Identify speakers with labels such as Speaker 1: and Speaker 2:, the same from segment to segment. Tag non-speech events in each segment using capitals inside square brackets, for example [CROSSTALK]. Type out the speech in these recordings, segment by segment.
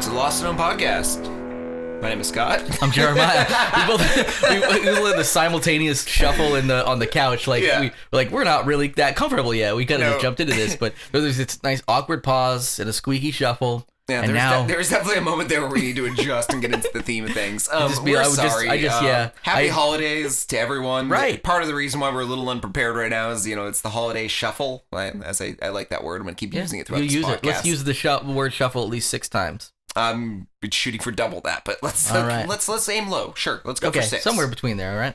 Speaker 1: to the Lost and Known podcast. My name is Scott.
Speaker 2: I'm Jeremiah. [LAUGHS] we both we, we both did the simultaneous shuffle in the on the couch. Like
Speaker 1: Yeah.
Speaker 2: we like we're not really that comfortable yet. We kind of
Speaker 1: No.
Speaker 2: just jumped into
Speaker 1: [LAUGHS]
Speaker 2: this, but there was this nice awkward pause and a squeaky shuffle.
Speaker 1: Yeah,
Speaker 2: and
Speaker 1: there's,
Speaker 2: now
Speaker 1: de- there's definitely a moment there where we need to adjust and get into the theme of
Speaker 2: [LAUGHS]
Speaker 1: things. Um,
Speaker 2: just be-
Speaker 1: we're
Speaker 2: I would just-
Speaker 1: sorry.
Speaker 2: I just-
Speaker 1: Um,
Speaker 2: yeah.
Speaker 1: happy
Speaker 2: I-
Speaker 1: holidays to everyone.
Speaker 2: Right.
Speaker 1: Part of the reason why we're a little unprepared right now is you know it's the holiday shuffle. I, as I, I like that word, I'm gonna keep
Speaker 2: yeah,
Speaker 1: using it throughout
Speaker 2: you
Speaker 1: this
Speaker 2: use
Speaker 1: podcast.
Speaker 2: it. Let's use the shu- word shuffle at least six times.
Speaker 1: I'm shooting for double that, but let's
Speaker 2: All right.
Speaker 1: let's let's aim low. Sure, let's go
Speaker 2: Okay,
Speaker 1: for six
Speaker 2: somewhere between there. All right.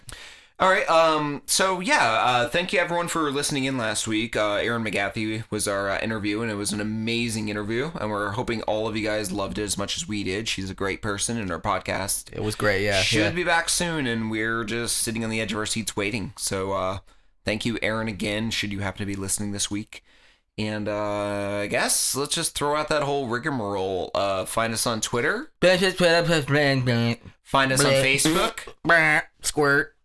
Speaker 1: All right. Um. So yeah. Uh. Thank you everyone for listening in last week. Uh. Aaron McGathy was our uh, interview, and it was an amazing interview. And we're hoping all of you guys loved it as much as we did. She's a great person, and her podcast
Speaker 2: It was great. Yeah.
Speaker 1: should
Speaker 2: yeah.
Speaker 1: be back soon. And we're just sitting on the edge of our seats waiting. So uh, thank you, Aaron, again. Should you happen to be listening this week. And uh, I guess let's just throw out that whole rigmarole. Uh, find us on Twitter. Find us on
Speaker 2: Bleh.
Speaker 1: Facebook.
Speaker 2: Squirt.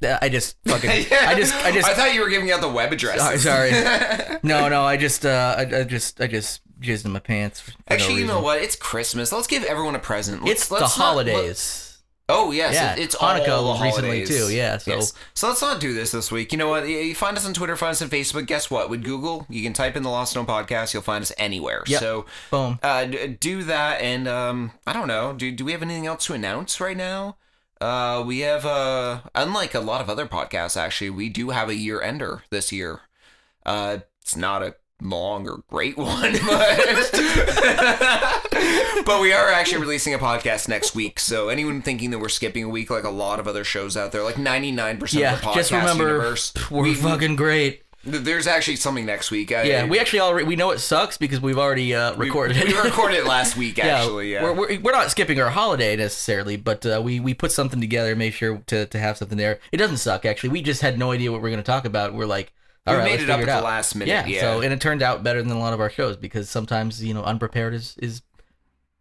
Speaker 2: Yeah, I just fucking.
Speaker 1: [LAUGHS] Yeah.
Speaker 2: I just. I just.
Speaker 1: I thought you were giving out the web address.
Speaker 2: Sorry,
Speaker 1: [LAUGHS]
Speaker 2: sorry. no, no. I just. Uh. I, I just. I just jizzed in my pants. for- for no
Speaker 1: Actually, you
Speaker 2: reason.
Speaker 1: know what? It's Christmas. Let's give everyone a present. Let's,
Speaker 2: It's
Speaker 1: let's
Speaker 2: the
Speaker 1: not-
Speaker 2: holidays.
Speaker 1: let- oh yes,
Speaker 2: Yeah,
Speaker 1: it- it's
Speaker 2: Hanukkah
Speaker 1: all the
Speaker 2: was recently,
Speaker 1: holidays.
Speaker 2: too, yeah, so-
Speaker 1: so let's not do this this week. You know what? You you find us on Twitter, find us on Facebook. Guess what? With Google, you can type in the Lost Stone Podcast. You'll find us anywhere.
Speaker 2: Yep.
Speaker 1: So
Speaker 2: Boom.
Speaker 1: uh, d- do that, and um, I don't know. Do do we have anything else to announce right now? Uh, we have uh, unlike a lot of other podcasts, actually, we do have a year ender this year. Uh, it's not a long or great [LAUGHS] one, but [LAUGHS] but we are actually releasing a podcast next week. So anyone thinking that we're skipping a week, like a lot of other shows out there, like ninety nine percent
Speaker 2: Yeah.
Speaker 1: of the podcast
Speaker 2: Just remember,
Speaker 1: universe,
Speaker 2: we're
Speaker 1: we-
Speaker 2: fucking great.
Speaker 1: th- there's actually something next week. I-
Speaker 2: Yeah. We actually already. We know it sucks because we've already uh,
Speaker 1: we-
Speaker 2: recorded
Speaker 1: We,
Speaker 2: it. [LAUGHS]
Speaker 1: recorded it last week, actually. Yeah,
Speaker 2: We're, we're, we're not skipping our holiday necessarily, but uh, we, we put something together, made sure to, to have something there. It doesn't suck, actually. We just had no idea what we are going to talk about. We're like, all
Speaker 1: We
Speaker 2: right,
Speaker 1: made
Speaker 2: let's
Speaker 1: it up
Speaker 2: figure
Speaker 1: at
Speaker 2: out.
Speaker 1: the last minute,
Speaker 2: Yeah,
Speaker 1: yeah.
Speaker 2: So, and it turned out better than a lot of our shows because sometimes, you know, unprepared is, is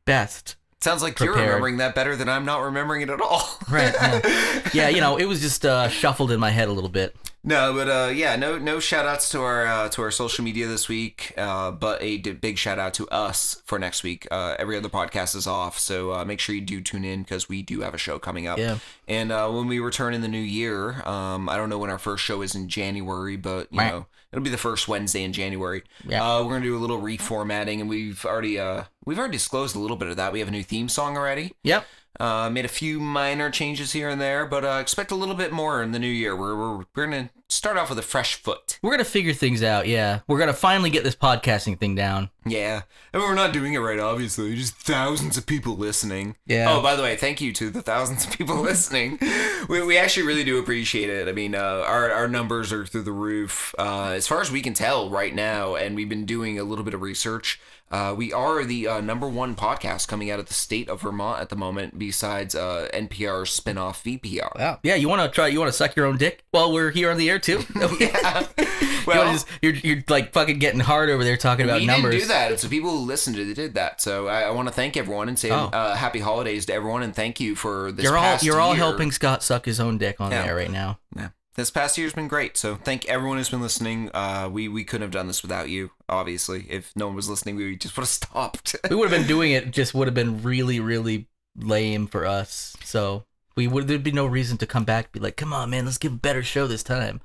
Speaker 2: best.
Speaker 1: Sounds like you're
Speaker 2: prepared.
Speaker 1: remembering that better than I'm not remembering it at all.
Speaker 2: Right. Yeah,
Speaker 1: [LAUGHS]
Speaker 2: yeah you know, it was just uh, shuffled in my head a little bit.
Speaker 1: no, but uh, yeah, no, no shout outs to our uh, to our social media this week, uh, but a d- big shout out to us for next week. Uh, every other podcast is off, so uh, make sure you do tune in because we do have a show coming up.
Speaker 2: Yeah.
Speaker 1: And uh, when we return in the new year, um, I don't know when our first show is in January, but you
Speaker 2: Right.
Speaker 1: know it'll be the first Wednesday in January.
Speaker 2: Yeah.
Speaker 1: Uh, we're gonna do a little reformatting, and we've already uh, we've already disclosed a little bit of that. We have a new theme song already.
Speaker 2: Yep.
Speaker 1: Uh, made a few minor changes here and there, but uh, expect a little bit more in the new year. We're, we're, we're going to start off with a fresh foot.
Speaker 2: We're going to figure things out. Yeah. We're going to finally get this podcasting thing down.
Speaker 1: Yeah. And we're not doing it right, obviously. Just thousands of people listening.
Speaker 2: Yeah.
Speaker 1: Oh, by the way, thank you to the thousands of people [LAUGHS] listening. We, we actually really do appreciate it. I mean, uh, our, our numbers are through the roof. Uh, as far as we can tell right now, and we've been doing a little bit of research, uh, we are the uh, number one podcast coming out of the state of Vermont at the moment, besides uh, NPR's spinoff VPR.
Speaker 2: Wow. Yeah, you want to try? You want to suck your own dick while we're here on the air [LAUGHS] too?
Speaker 1: [LAUGHS] yeah.
Speaker 2: You
Speaker 1: Well,
Speaker 2: wanna just- you're, you're like fucking getting hard over there talking about
Speaker 1: we
Speaker 2: numbers.
Speaker 1: didn't do that. It's the people who listened to it did that. So I, I want to thank everyone and say
Speaker 2: Oh.
Speaker 1: uh, happy holidays to everyone and thank you for this.
Speaker 2: You're all
Speaker 1: past
Speaker 2: you're all
Speaker 1: year.
Speaker 2: helping Scott suck his own dick on
Speaker 1: Yeah.
Speaker 2: there right now.
Speaker 1: Yeah. This past year's been great. So thank everyone who's been listening. Uh, we we couldn't have done this without you. Obviously, if no one was listening, we just would have [LAUGHS] stopped.
Speaker 2: We would have been doing it, just would have been really really lame for us. So we would there'd be no reason to come back. Be like, come on, man, let's give a better show this time.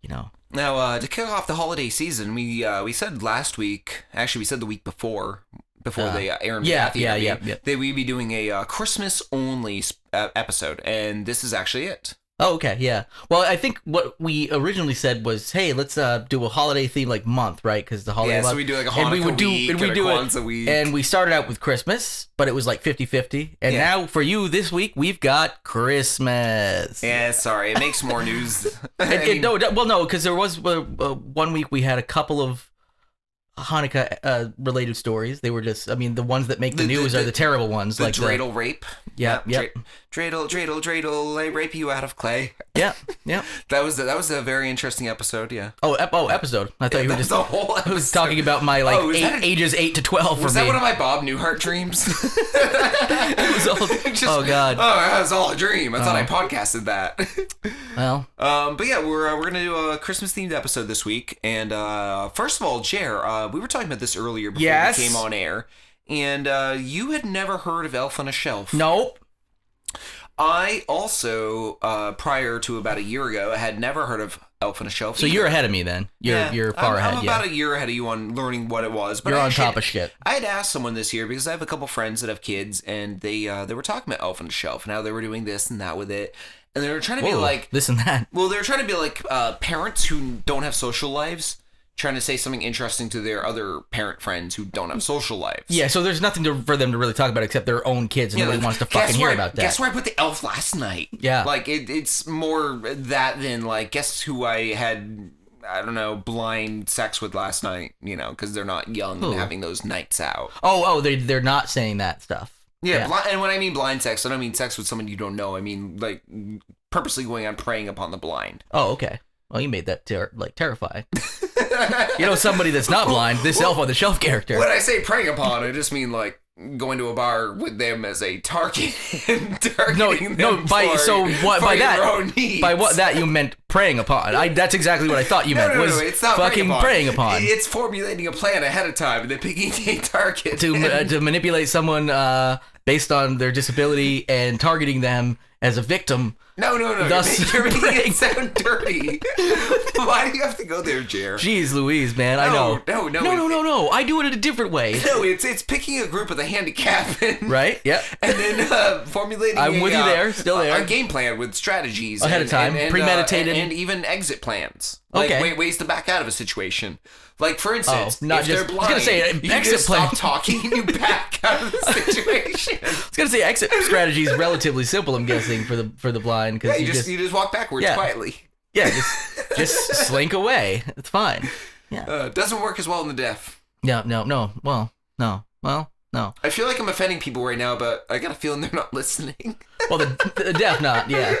Speaker 2: You know,
Speaker 1: Now, uh, to kick off the holiday season, we uh, we said last week, actually, we said the week before, before
Speaker 2: Uh,
Speaker 1: the uh, Aaron
Speaker 2: yeah,
Speaker 1: McAfee
Speaker 2: yeah,
Speaker 1: interview,
Speaker 2: yeah, yeah.
Speaker 1: that we'd be doing a uh, Christmas only sp- uh, episode, and this is actually it.
Speaker 2: Oh, okay, yeah. Well, I think what we originally said was, hey, let's uh, do a holiday theme like month, right? Because the holiday
Speaker 1: Yeah,
Speaker 2: month.
Speaker 1: so we do like a Hanukkah
Speaker 2: and we would do,
Speaker 1: week
Speaker 2: and we
Speaker 1: and a
Speaker 2: do it,
Speaker 1: Kwanzaa week.
Speaker 2: and we started out with Christmas, but it was like 50-50. and
Speaker 1: Yeah.
Speaker 2: now for you this week we've got Christmas.
Speaker 1: Yeah, sorry. It makes more
Speaker 2: [LAUGHS]
Speaker 1: news.
Speaker 2: And-
Speaker 1: I
Speaker 2: and
Speaker 1: mean,
Speaker 2: no, no- well, no, because there was uh, uh, one week we had a couple of Hanukkah uh, related stories. They were just, I mean, the ones that make the,
Speaker 1: The- the-
Speaker 2: news are
Speaker 1: the-
Speaker 2: the terrible ones,
Speaker 1: the
Speaker 2: like the-
Speaker 1: dreidel rape.
Speaker 2: Yeah,
Speaker 1: Yeah,
Speaker 2: yeah,
Speaker 1: dra- dreidel, dreidel, dreidel. I rape you out of clay.
Speaker 2: yeah,
Speaker 1: [LAUGHS]
Speaker 2: yeah.
Speaker 1: That was that was a very interesting episode. Yeah.
Speaker 2: Oh, ep- oh, episode. I thought you were
Speaker 1: That's
Speaker 2: just
Speaker 1: [LAUGHS] the whole episode.
Speaker 2: I was talking about my like
Speaker 1: Oh, was
Speaker 2: eight-
Speaker 1: that a-
Speaker 2: ages eight to twelve for
Speaker 1: Was
Speaker 2: me.
Speaker 1: that one of my Bob Newhart dreams? [LAUGHS]
Speaker 2: [LAUGHS] It was all-
Speaker 1: Just-
Speaker 2: oh god. Oh.
Speaker 1: Oh, that was all a dream. I thought I podcasted that. [LAUGHS]
Speaker 2: Well,
Speaker 1: Um, but yeah, we're uh, we're gonna do a Christmas themed episode this week, and uh, first of all, Jer, uh, we were talking about this earlier before
Speaker 2: Yes.
Speaker 1: we came on air, and uh, you had never heard of Elf on a Shelf.
Speaker 2: Nope.
Speaker 1: I also, uh, prior to about a year ago, had never heard of Elf on a Shelf.
Speaker 2: So
Speaker 1: either.
Speaker 2: you're ahead of me then. You're
Speaker 1: Yeah,
Speaker 2: you're
Speaker 1: I'm-
Speaker 2: far
Speaker 1: I'm,
Speaker 2: ahead. yeah.
Speaker 1: about a year ahead of you on learning what it was. But
Speaker 2: You're
Speaker 1: I
Speaker 2: on
Speaker 1: actually-
Speaker 2: top of shit.
Speaker 1: I had asked someone this year because I have a couple friends that have kids, and they uh, they were talking about Elf on the Shelf and how they were doing this and that with it, and they were trying to be
Speaker 2: Whoa,
Speaker 1: like,
Speaker 2: this and that.
Speaker 1: well, they were trying to be like uh, parents who don't have social lives, trying to say something interesting to their other parent friends who don't have social lives.
Speaker 2: Yeah, so there's nothing to, for them to really talk about except their own kids, and
Speaker 1: Yeah,
Speaker 2: nobody
Speaker 1: like,
Speaker 2: wants to
Speaker 1: "Guess
Speaker 2: fucking hear
Speaker 1: where-
Speaker 2: about that.
Speaker 1: Guess where I put the elf last night?
Speaker 2: Yeah.
Speaker 1: like it, it's more that than like guess who I had. I don't know, blind sex with last night, you know, because they're not young
Speaker 2: Ooh.
Speaker 1: and having those nights out.
Speaker 2: oh, oh, they they're not saying that stuff.
Speaker 1: Yeah,
Speaker 2: Yeah.
Speaker 1: bli- and when I mean blind sex, I don't mean sex with someone you don't know. I mean like purposely going on preying upon the blind.
Speaker 2: Oh, okay. Well, you made that ter-
Speaker 1: [LAUGHS]
Speaker 2: like terrifying. you know, somebody that's not blind. This elf on the shelf character.
Speaker 1: When I say preying upon, I just mean like going to a bar with them as a target. [LAUGHS] and targeting them
Speaker 2: No, no. By
Speaker 1: for-
Speaker 2: so what?
Speaker 1: for
Speaker 2: By
Speaker 1: your
Speaker 2: that.
Speaker 1: own needs.
Speaker 2: By what that you meant preying upon. I that's exactly what I thought you
Speaker 1: No,
Speaker 2: meant
Speaker 1: no, no,
Speaker 2: was
Speaker 1: no, it's not
Speaker 2: fucking preying upon.
Speaker 1: It's formulating a plan ahead of time and then picking a target.
Speaker 2: to
Speaker 1: and-
Speaker 2: uh, to manipulate someone uh, based on their disability and targeting them as a victim.
Speaker 1: [LAUGHS] no, no, no.
Speaker 2: thus
Speaker 1: you're making
Speaker 2: preying-
Speaker 1: it [LAUGHS]
Speaker 2: [LAUGHS]
Speaker 1: sound dirty. Why do you have to go there, Jer?
Speaker 2: Jeez, Louise, man, I
Speaker 1: No, no,
Speaker 2: know.
Speaker 1: no,
Speaker 2: no,
Speaker 1: it-
Speaker 2: no, no, no. I do it in a different way,
Speaker 1: [LAUGHS] No, it's it's picking a group of the handicapped. and-
Speaker 2: right? Yep.
Speaker 1: and then uh, formulating.
Speaker 2: I'm
Speaker 1: a,
Speaker 2: with you
Speaker 1: uh,
Speaker 2: there, still
Speaker 1: a-
Speaker 2: there.
Speaker 1: A game plan with strategies
Speaker 2: Ahead
Speaker 1: and-
Speaker 2: of time,
Speaker 1: and- and, uh,
Speaker 2: premeditated.
Speaker 1: and, and even exit plans. Like
Speaker 2: Okay.
Speaker 1: wa- ways to back out of a situation. Like for instance,
Speaker 2: Oh, not
Speaker 1: if
Speaker 2: just-
Speaker 1: they're
Speaker 2: I was
Speaker 1: blind,
Speaker 2: gonna say, an
Speaker 1: you
Speaker 2: exit
Speaker 1: just
Speaker 2: plan.
Speaker 1: stop talking,
Speaker 2: [LAUGHS]
Speaker 1: you back out of the situation.
Speaker 2: I was gonna say exit strategy is relatively simple. I'm guessing for the for the blind
Speaker 1: yeah,
Speaker 2: because
Speaker 1: you
Speaker 2: you
Speaker 1: just,
Speaker 2: just,
Speaker 1: you just walk backwards
Speaker 2: Yeah.
Speaker 1: quietly.
Speaker 2: yeah just just slink away. It's fine.
Speaker 1: Uh, doesn't work as well in the deaf.
Speaker 2: No, no, no. Well, no, well, no.
Speaker 1: I feel like I'm offending people right now, but I got a feeling they're not [LAUGHS] listening.
Speaker 2: Well, the, the deaf not. Yeah,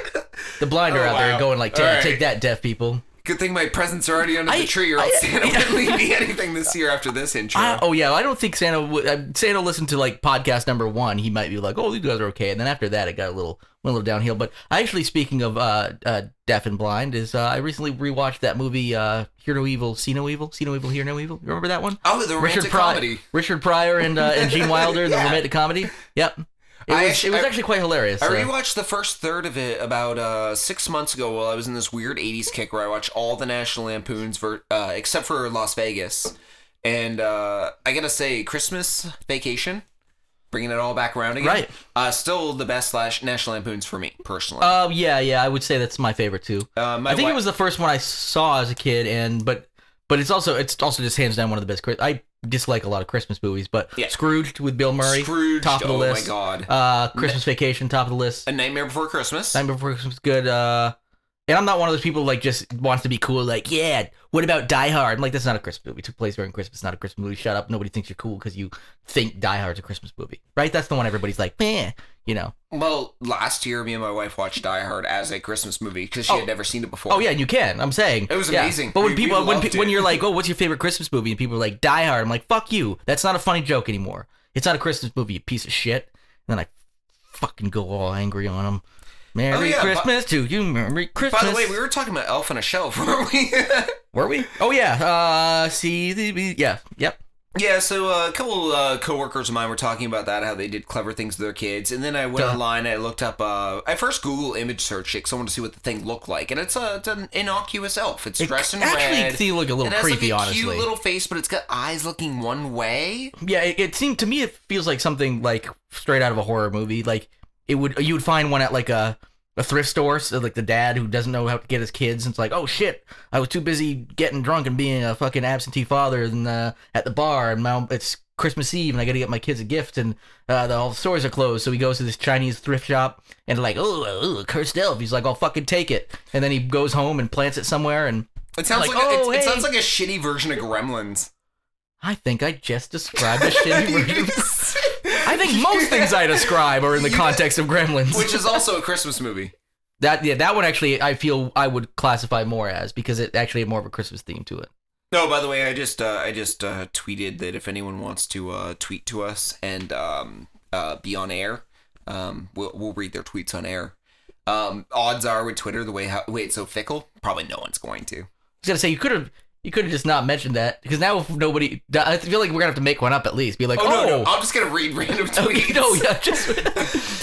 Speaker 2: the blind are
Speaker 1: Oh,
Speaker 2: out there
Speaker 1: wow.
Speaker 2: going like,
Speaker 1: All right.
Speaker 2: "Take that, deaf people."
Speaker 1: Good thing my presents are already under
Speaker 2: I-
Speaker 1: the tree, or else
Speaker 2: I-
Speaker 1: Santa
Speaker 2: [LAUGHS]
Speaker 1: wouldn't leave me anything this year after this intro.
Speaker 2: I, oh yeah, I don't think Santa would. Uh, Santa listened to like podcast number one. He might be like, "Oh, these guys are okay." And then after that, it got a little went a little downhill. But I actually, speaking of uh, uh, deaf and blind, is uh, I recently rewatched that movie uh, "Hear No Evil, See No Evil, See No Evil, Hear No Evil." You remember that one?
Speaker 1: oh, the romantic
Speaker 2: Richard Pryor,
Speaker 1: comedy.
Speaker 2: Richard Pryor, and uh,
Speaker 1: [LAUGHS]
Speaker 2: and Gene Wilder, the
Speaker 1: Yeah.
Speaker 2: romantic comedy. Yep, it
Speaker 1: I
Speaker 2: was,
Speaker 1: actu-
Speaker 2: it was
Speaker 1: I-
Speaker 2: actually quite hilarious.
Speaker 1: I
Speaker 2: uh,
Speaker 1: rewatched the first third of it about uh, six months ago while I was in this weird '80s kick where I watched all the National Lampoons ver- uh, except for Las Vegas, and uh, I gotta say, Christmas Vacation, bringing it all back around again,
Speaker 2: Right.
Speaker 1: Uh, still the best slash National Lampoons for me personally.
Speaker 2: Uh, yeah, yeah, I would say that's my favorite too.
Speaker 1: Uh, my
Speaker 2: I think
Speaker 1: wi-
Speaker 2: it was the first one I saw as a kid, and but but it's also it's also just hands down one of the best. Chris- I dislike a lot of Christmas movies, but
Speaker 1: Yeah.
Speaker 2: Scrooged with Bill Murray,
Speaker 1: Scrooged,
Speaker 2: top of the
Speaker 1: oh my
Speaker 2: list.
Speaker 1: god,
Speaker 2: Uh, Christmas Vacation, top of the list.
Speaker 1: A Nightmare Before Christmas.
Speaker 2: Time Before Christmas, good. Uh, and I'm not one of those people like just wants to be cool. Like, yeah, what about Die Hard? I'm like, that's not a Christmas movie. It took place during Christmas, not a Christmas movie. Shut up. Nobody thinks you're cool because you think Die Hard's a Christmas movie, right? That's the one everybody's like, eh, you know.
Speaker 1: Well, last year, me and my wife watched Die Hard as a Christmas movie because she
Speaker 2: Oh.
Speaker 1: had never seen it before.
Speaker 2: Oh yeah, you can. I'm saying
Speaker 1: It was
Speaker 2: Yeah.
Speaker 1: amazing.
Speaker 2: But when
Speaker 1: We- we
Speaker 2: people, when
Speaker 1: loved
Speaker 2: pe- when
Speaker 1: it. [LAUGHS]
Speaker 2: you're like, oh, what's your favorite Christmas movie? And people are like, Die Hard. I'm like, fuck you. That's not a funny joke anymore. It's not a Christmas movie, you piece of shit. And then I fucking go all angry on them. Merry
Speaker 1: Oh, yeah, bu-
Speaker 2: Christmas to you. Merry Christmas.
Speaker 1: By the way, we were talking about Elf on a Shelf, [LAUGHS] weren't we?
Speaker 2: were we? Oh yeah. Uh, see, the- the- yeah, yep.
Speaker 1: yeah. So uh, a couple uh, coworkers of mine were talking about that, how they did clever things to their kids, and then I went
Speaker 2: Duh.
Speaker 1: online. I looked up. Uh, I first Google image searched it because I wanted to see what the thing looked like, and it's, a, it's an innocuous elf. It's dressed in
Speaker 2: actually
Speaker 1: red.
Speaker 2: see, look a
Speaker 1: It
Speaker 2: little
Speaker 1: has
Speaker 2: creepy,
Speaker 1: like a
Speaker 2: honestly.
Speaker 1: cute little face, but it's got eyes looking one way.
Speaker 2: yeah, it, it seemed to me it feels like something like straight out of a horror movie. Like it would you would find one at like a a thrift store, so like the dad who doesn't know how to get his kids, and it's like, oh shit, I was too busy getting drunk and being a fucking absentee father and uh, at the bar, and now it's Christmas Eve, and I got to get my kids a gift, and uh, the, all the stores are closed, so he goes to this Chinese thrift shop, and like, oh, oh, a cursed elf. He's like, I'll fucking take it, and then he goes home and plants it somewhere, and
Speaker 1: It sounds
Speaker 2: Like,
Speaker 1: like, a,
Speaker 2: oh,
Speaker 1: it, it
Speaker 2: hey.
Speaker 1: sounds like a shitty version of Gremlins.
Speaker 2: I think I just described
Speaker 1: [LAUGHS]
Speaker 2: a shitty version. [LAUGHS] I think most things I describe are in the
Speaker 1: Yeah.
Speaker 2: context of Gremlins.
Speaker 1: which is also a Christmas movie.
Speaker 2: that yeah, that one actually I feel I would classify more as because it actually had more of a Christmas theme to it.
Speaker 1: No, by the way, I just uh, I just uh, tweeted that if anyone wants to uh, tweet to us and um, uh, be on air, um, we'll we'll read their tweets on air. Um, odds are with Twitter the way how wait so fickle probably no one's going to.
Speaker 2: I was gonna say you could have You could have just not mentioned that because now if nobody, I feel like we're gonna have to make one up at least. Be like,
Speaker 1: Oh,
Speaker 2: oh,
Speaker 1: no, [LAUGHS] oh, no, I'm just gonna read random
Speaker 2: [LAUGHS] Okay,
Speaker 1: tweets.
Speaker 2: no, yeah, just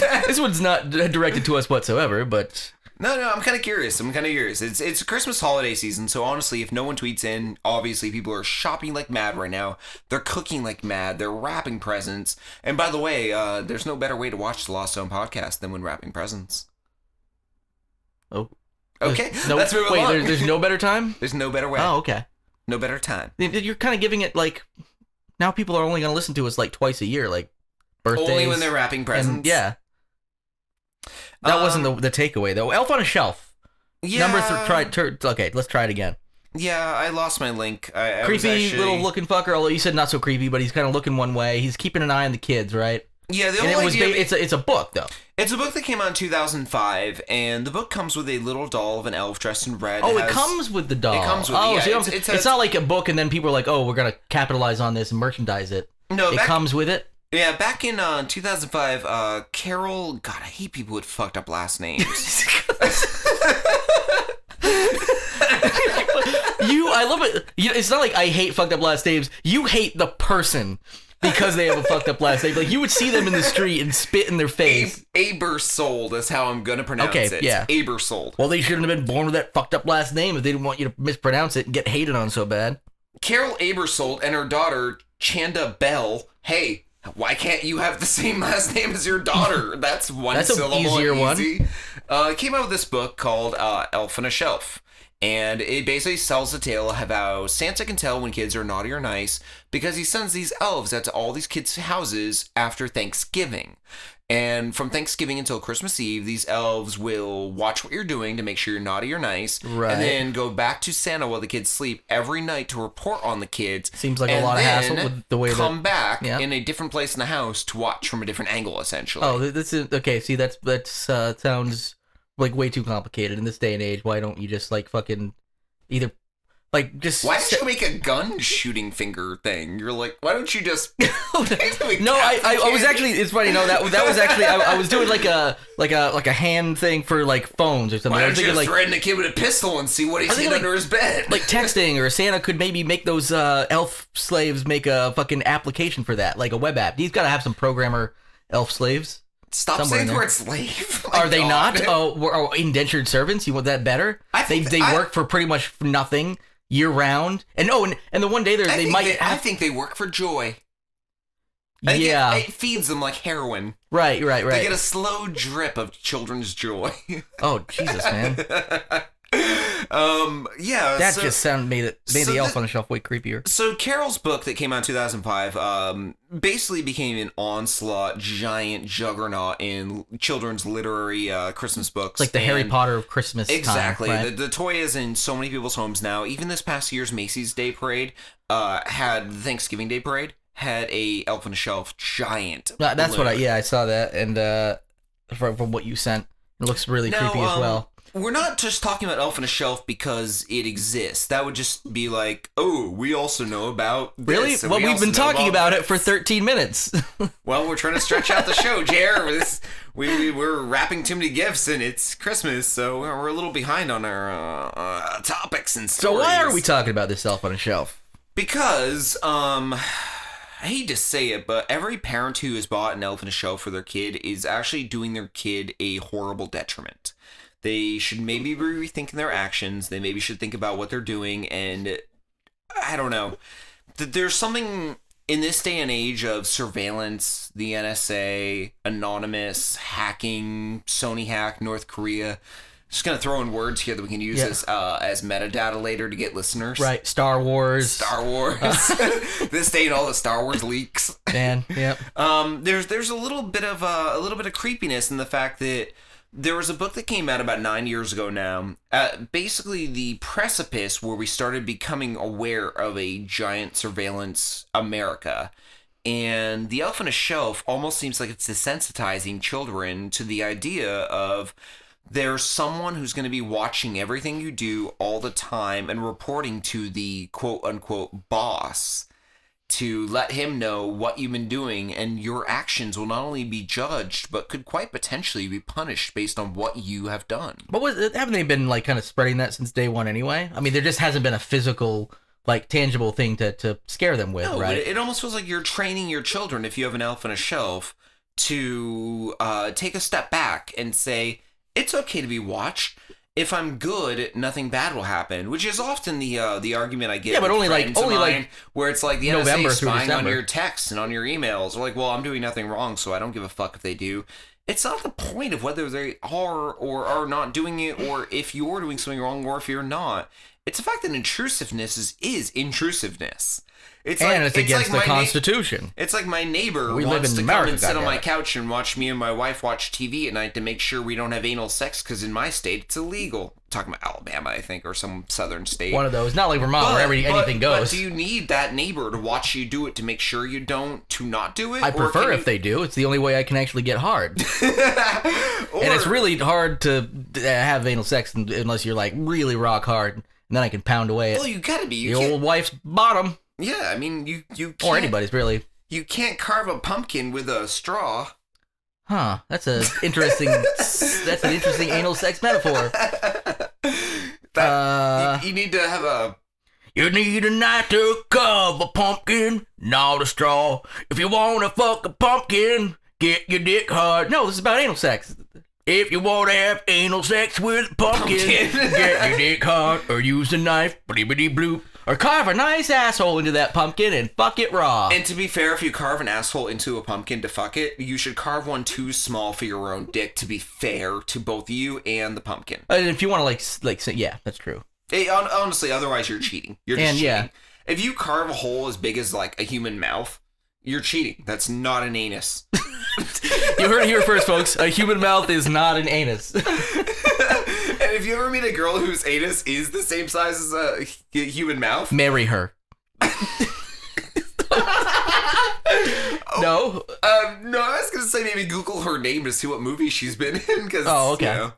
Speaker 1: [LAUGHS]
Speaker 2: this one's not d- directed to us whatsoever, but
Speaker 1: No, no, I'm kind of curious. I'm kind of curious. It's it's Christmas holiday season, so honestly, if no one tweets in, obviously people are shopping like mad right now. They're cooking like mad. They're wrapping presents. And by the way, uh, there's no better way to watch the Lost Zone podcast than when wrapping presents.
Speaker 2: Oh.
Speaker 1: Okay,
Speaker 2: no,
Speaker 1: let's move
Speaker 2: wait,
Speaker 1: along.
Speaker 2: there's, there's no better time.
Speaker 1: There's no better way.
Speaker 2: Oh, okay.
Speaker 1: No better time.
Speaker 2: Y- You're kind of giving it like now people are only gonna listen to us like twice a year, like birthdays.
Speaker 1: Only when they're wrapping presents.
Speaker 2: And, yeah, that wasn't the,
Speaker 1: Um,
Speaker 2: the takeaway though. Elf on a Shelf.
Speaker 1: yeah,
Speaker 2: Number three. Try. Tur- okay, let's try it again.
Speaker 1: Yeah, I lost my link. I, I was
Speaker 2: creepy
Speaker 1: actually-
Speaker 2: little looking fucker. Although you said not so creepy, but he's kind of looking one way. He's keeping an eye on the kids, right?
Speaker 1: Yeah, the
Speaker 2: and
Speaker 1: only
Speaker 2: it was
Speaker 1: idea-
Speaker 2: ba- it's a it's a book though.
Speaker 1: It's a book that came out in 2005, and the book comes with a little doll of an elf dressed in red.
Speaker 2: Oh, it
Speaker 1: has-
Speaker 2: comes with the doll.
Speaker 1: comes with-
Speaker 2: oh,
Speaker 1: yeah,
Speaker 2: so you don't-
Speaker 1: it's-
Speaker 2: it's,
Speaker 1: it says-
Speaker 2: not like a book, and then people are like, "Oh, we're gonna capitalize on this and merchandise it."
Speaker 1: No,
Speaker 2: it
Speaker 1: back,
Speaker 2: comes with it.
Speaker 1: yeah, back in uh, 2005, uh, Carol. God, I hate people with fucked up last
Speaker 2: [LAUGHS]
Speaker 1: names.
Speaker 2: you, I love it. You, it's not like I hate fucked up last names. You hate the person because they have a fucked up last name. Like you would see them in the street and spit in their
Speaker 1: Ab-
Speaker 2: face.
Speaker 1: Abersold is how I'm gonna pronounce
Speaker 2: Okay,
Speaker 1: it. It's
Speaker 2: yeah.
Speaker 1: Abersold.
Speaker 2: Well, they shouldn't have been born with that fucked up last name if they didn't want you to mispronounce it and get hated on so bad.
Speaker 1: Carol Abersold and her daughter Chanda Bell. Hey, why can't you have the same [LAUGHS] last name as your
Speaker 2: [LAUGHS]
Speaker 1: daughter? That's one
Speaker 2: That's a
Speaker 1: syllable. and
Speaker 2: easier one.
Speaker 1: easy. Uh, came out with this book called uh, Elf on a Shelf. And it basically sells the tale of how Santa can tell when kids are naughty or nice because he sends these elves out to all these kids' houses after Thanksgiving. And from Thanksgiving until Christmas Eve, these elves will watch what you're doing to make sure you're naughty or nice.
Speaker 2: Right.
Speaker 1: And then go back to Santa while the kids sleep every night to report on the kids.
Speaker 2: Seems like a
Speaker 1: and
Speaker 2: lot of hassle
Speaker 1: then
Speaker 2: with the way that-
Speaker 1: come back
Speaker 2: Yeah.
Speaker 1: in a different place in the house to watch from a different angle, essentially.
Speaker 2: Oh, th- this is okay. See, that's that's uh, sounds like way too complicated in this day and age. Why don't you just like fucking either like just
Speaker 1: Why did
Speaker 2: se-
Speaker 1: you make a gun shooting finger thing? You're like, why don't you just? [LAUGHS]
Speaker 2: no, I, I, I was actually. It's funny. No, that that was actually. I, I was doing like a like a like a hand thing for like phones or something.
Speaker 1: Why
Speaker 2: I
Speaker 1: don't
Speaker 2: was
Speaker 1: you
Speaker 2: thinking
Speaker 1: just
Speaker 2: like
Speaker 1: threaten a kid with a pistol and see what he's
Speaker 2: thinking,
Speaker 1: in
Speaker 2: like-
Speaker 1: under his bed?
Speaker 2: like texting or Santa could maybe make those uh, elf slaves make a fucking application for that, like a web app. He's got to have some programmer elf slaves.
Speaker 1: stop
Speaker 2: somewhere
Speaker 1: saying
Speaker 2: in
Speaker 1: the
Speaker 2: there.
Speaker 1: word slave. My
Speaker 2: Are they
Speaker 1: God. [LAUGHS]
Speaker 2: not? Oh, we're- oh, indentured servants. You want that better?
Speaker 1: I
Speaker 2: They
Speaker 1: think
Speaker 2: they
Speaker 1: I-
Speaker 2: work for pretty much nothing year round. And oh, and, and the one day they're,
Speaker 1: I
Speaker 2: they
Speaker 1: think
Speaker 2: might
Speaker 1: They, I
Speaker 2: have,
Speaker 1: think they work for joy. I think it-
Speaker 2: yeah,
Speaker 1: it feeds them like heroin.
Speaker 2: right, right,
Speaker 1: They
Speaker 2: right.
Speaker 1: get a slow drip of children's joy. [LAUGHS]
Speaker 2: oh Jesus, man,
Speaker 1: um, yeah.
Speaker 2: that
Speaker 1: so,
Speaker 2: just sound made it made
Speaker 1: so
Speaker 2: the elf
Speaker 1: thi-
Speaker 2: on the shelf way creepier.
Speaker 1: so Carol's book that came out in 2005 um, basically became an onslaught, giant juggernaut in children's literary uh, Christmas books.
Speaker 2: It's like the Harry
Speaker 1: And-
Speaker 2: Potter of Christmas. time,
Speaker 1: Exactly.
Speaker 2: right?
Speaker 1: the, the toy is in so many people's homes now. Even this past year's Macy's Day Parade uh, had the Thanksgiving Day Parade had a elf on a shelf giant.
Speaker 2: That- Uh, that's what I
Speaker 1: balloon.
Speaker 2: yeah I saw that and uh from, from what you sent it looks really
Speaker 1: Now,
Speaker 2: creepy as
Speaker 1: um,
Speaker 2: well.
Speaker 1: We're not just talking about Elf on a Shelf because it exists. That would just be like, oh, we also know about this,
Speaker 2: Really?
Speaker 1: and
Speaker 2: well,
Speaker 1: we
Speaker 2: we've
Speaker 1: also
Speaker 2: been
Speaker 1: know
Speaker 2: talking about it for
Speaker 1: this." [LAUGHS]
Speaker 2: 13 minutes.
Speaker 1: Well, we're trying to stretch out the show, Jer. This, we, we we're wrapping too many gifts, and it's Christmas, so we're we're a little behind on our uh, uh, topics and
Speaker 2: so
Speaker 1: stories.
Speaker 2: why are we talking about this elf on a shelf?
Speaker 1: Because, um, I hate to say it, but every parent who has bought an elf in a show for their kid is actually doing their kid a horrible detriment. They should maybe be rethinking their actions. They maybe should think about what they're doing, and I don't know. Th- There's something in this day and age of surveillance, the NSA, anonymous hacking, Sony hack, North Korea. Just gonna throw in words here that we can use
Speaker 2: Yeah.
Speaker 1: as uh, as metadata later to get listeners.
Speaker 2: Right, Star Wars.
Speaker 1: Star [LAUGHS] Wars. this day and all the Star Wars leaks.
Speaker 2: Man, yep.
Speaker 1: Um, there's there's a little bit of uh, a little bit of creepiness in the fact that there was a book that came out about nine years ago now. Uh, basically, the precipice where we started becoming aware of a giant surveillance America. And the elf on a shelf almost seems like it's desensitizing children to the idea of there's someone who's going to be watching everything you do all the time and reporting to the quote unquote boss to let him know what you've been doing, and your actions will not only be judged, but could quite potentially be punished based on what you have done.
Speaker 2: But was haven't they been like kind of spreading that since day one anyway? I mean, there just hasn't been a physical like tangible thing to to scare them with,
Speaker 1: No, but
Speaker 2: right?
Speaker 1: it, it almost feels like you're training your children, if you have an elf on a shelf, to uh, take a step back and say, it's okay to be watched. If I'm good, nothing bad will happen, which is often the uh, the argument I get.
Speaker 2: Yeah, but
Speaker 1: with
Speaker 2: only, like-
Speaker 1: friends of
Speaker 2: only, like,
Speaker 1: mine, where it's like the NSA
Speaker 2: November
Speaker 1: is
Speaker 2: through
Speaker 1: spying on
Speaker 2: December.
Speaker 1: your texts and on your emails. Or like, well, I'm doing nothing wrong, so I don't give a fuck if they do. It's not the point of whether they are or are not doing it, or if you're doing something wrong, or if you're not. It's the fact that intrusiveness is, is intrusiveness. It's
Speaker 2: and
Speaker 1: like,
Speaker 2: it's against
Speaker 1: like
Speaker 2: the
Speaker 1: my na-
Speaker 2: Constitution.
Speaker 1: it's like my neighbor
Speaker 2: We live
Speaker 1: wants
Speaker 2: in
Speaker 1: to
Speaker 2: America,
Speaker 1: come and sit on my
Speaker 2: goddammit.
Speaker 1: couch and watch me and my wife watch TV at night to make sure we don't have anal sex because in my state it's illegal. talking about Alabama, I think, or some southern state.
Speaker 2: One of those, not like Vermont,
Speaker 1: But-
Speaker 2: where every,
Speaker 1: but-
Speaker 2: anything goes.
Speaker 1: But do you need that neighbor to watch you do it to make sure you don't to not do it?
Speaker 2: I
Speaker 1: Or
Speaker 2: prefer
Speaker 1: can
Speaker 2: if
Speaker 1: you-
Speaker 2: they do. It's the only way I can actually
Speaker 1: [LAUGHS]
Speaker 2: get hard,
Speaker 1: or,
Speaker 2: and it's really hard to uh, have anal sex un- unless you're like really rock hard, and then I can pound away at
Speaker 1: well, you gotta be.
Speaker 2: the
Speaker 1: You can't,
Speaker 2: old wife's bottom
Speaker 1: yeah, I mean, you you can't,
Speaker 2: or anybody's really.
Speaker 1: You can't carve a pumpkin with a straw.
Speaker 2: Huh? That's a
Speaker 1: [LAUGHS]
Speaker 2: interesting. that's an interesting anal sex metaphor.
Speaker 1: That-
Speaker 2: uh,
Speaker 1: you, you need to have a
Speaker 2: You need a knife to carve a pumpkin, not a straw. If you wanna fuck a pumpkin, get your dick hard. No, this is about anal sex. If you wanna have anal sex with a pumpkin,
Speaker 1: Pumpkin.
Speaker 2: get your dick hard, or use a knife, blibbity bloop, or carve a nice asshole into that pumpkin and fuck it raw.
Speaker 1: And to be fair, if you carve an asshole into a pumpkin to fuck it, you should carve one too small for your own dick. To be fair to both you and the pumpkin,
Speaker 2: And if you wanna like s- like say, yeah, that's true.
Speaker 1: Eh, hon- honestly, otherwise you're cheating. You're just
Speaker 2: And,
Speaker 1: cheating.
Speaker 2: yeah.
Speaker 1: If you carve a hole as big as like a human mouth, you're cheating. That's not an anus. [LAUGHS]
Speaker 2: You heard it here first, folks. A human mouth is not an anus.
Speaker 1: and if you ever meet a girl whose anus is the same size as a hu- human mouth,
Speaker 2: Marry
Speaker 1: [LAUGHS]
Speaker 2: her. no,
Speaker 1: um, no, I was gonna say maybe Google her name to see what movie she's been in. Because
Speaker 2: Oh, okay.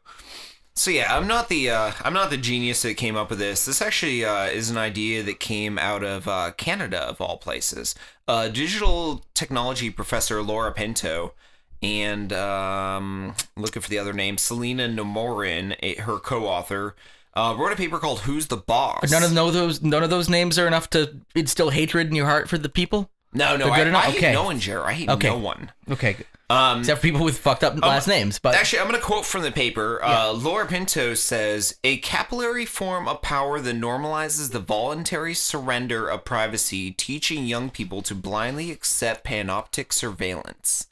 Speaker 1: So yeah, I'm not the uh, I'm not the genius that came up with this. This actually uh, is an idea that came out of uh, Canada of all places. Uh, digital technology professor Laura Pinto and um, looking for the other name, Selena Nomorin, a- her co-author, uh, wrote a paper called "Who's the Boss."
Speaker 2: None of no those none of those names are enough to instill hatred in your heart for the people.
Speaker 1: no, no,
Speaker 2: They're good
Speaker 1: I,
Speaker 2: enough?
Speaker 1: I hate
Speaker 2: Okay.
Speaker 1: no one, Jer. I hate
Speaker 2: Okay.
Speaker 1: no one.
Speaker 2: Okay,
Speaker 1: Um,
Speaker 2: except for people with fucked up last names. But
Speaker 1: Actually, I'm going to quote from the paper. Uh, Laura Pinto says a capillary form of power that normalizes the voluntary surrender of privacy, teaching young people to blindly accept panoptic surveillance.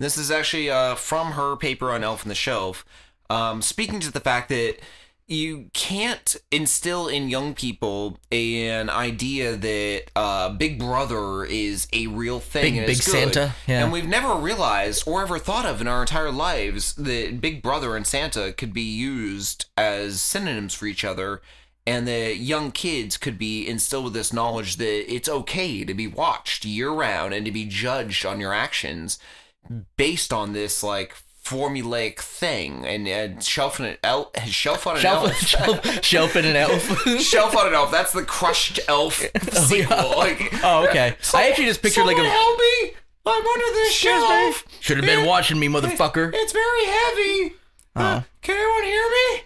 Speaker 1: This is actually uh, from her paper on Elf on the Shelf, um, speaking to the fact that you can't instill in young people an idea that uh, Big Brother is a real thing.
Speaker 2: Big-
Speaker 1: and it's
Speaker 2: Big
Speaker 1: good.
Speaker 2: Santa, yeah.
Speaker 1: And we've never realized or ever thought of in our entire lives that Big Brother and Santa could be used as synonyms for each other. And that young kids could be instilled with this knowledge that it's okay to be watched year round and to be judged on your actions based on this like formulaic thing and, and shelf on an elf shelf on an
Speaker 2: shelf,
Speaker 1: elf
Speaker 2: shelf, shelf and an [LAUGHS] elf.
Speaker 1: shelf on an elf that's the crushed
Speaker 2: [LAUGHS]
Speaker 1: elf sequel like
Speaker 2: oh, okay. I actually just pictured like
Speaker 1: someone
Speaker 2: a
Speaker 1: help me i'm under this shelf
Speaker 2: [LAUGHS] should have been watching me, motherfucker.
Speaker 1: it's very heavy uh, can anyone hear me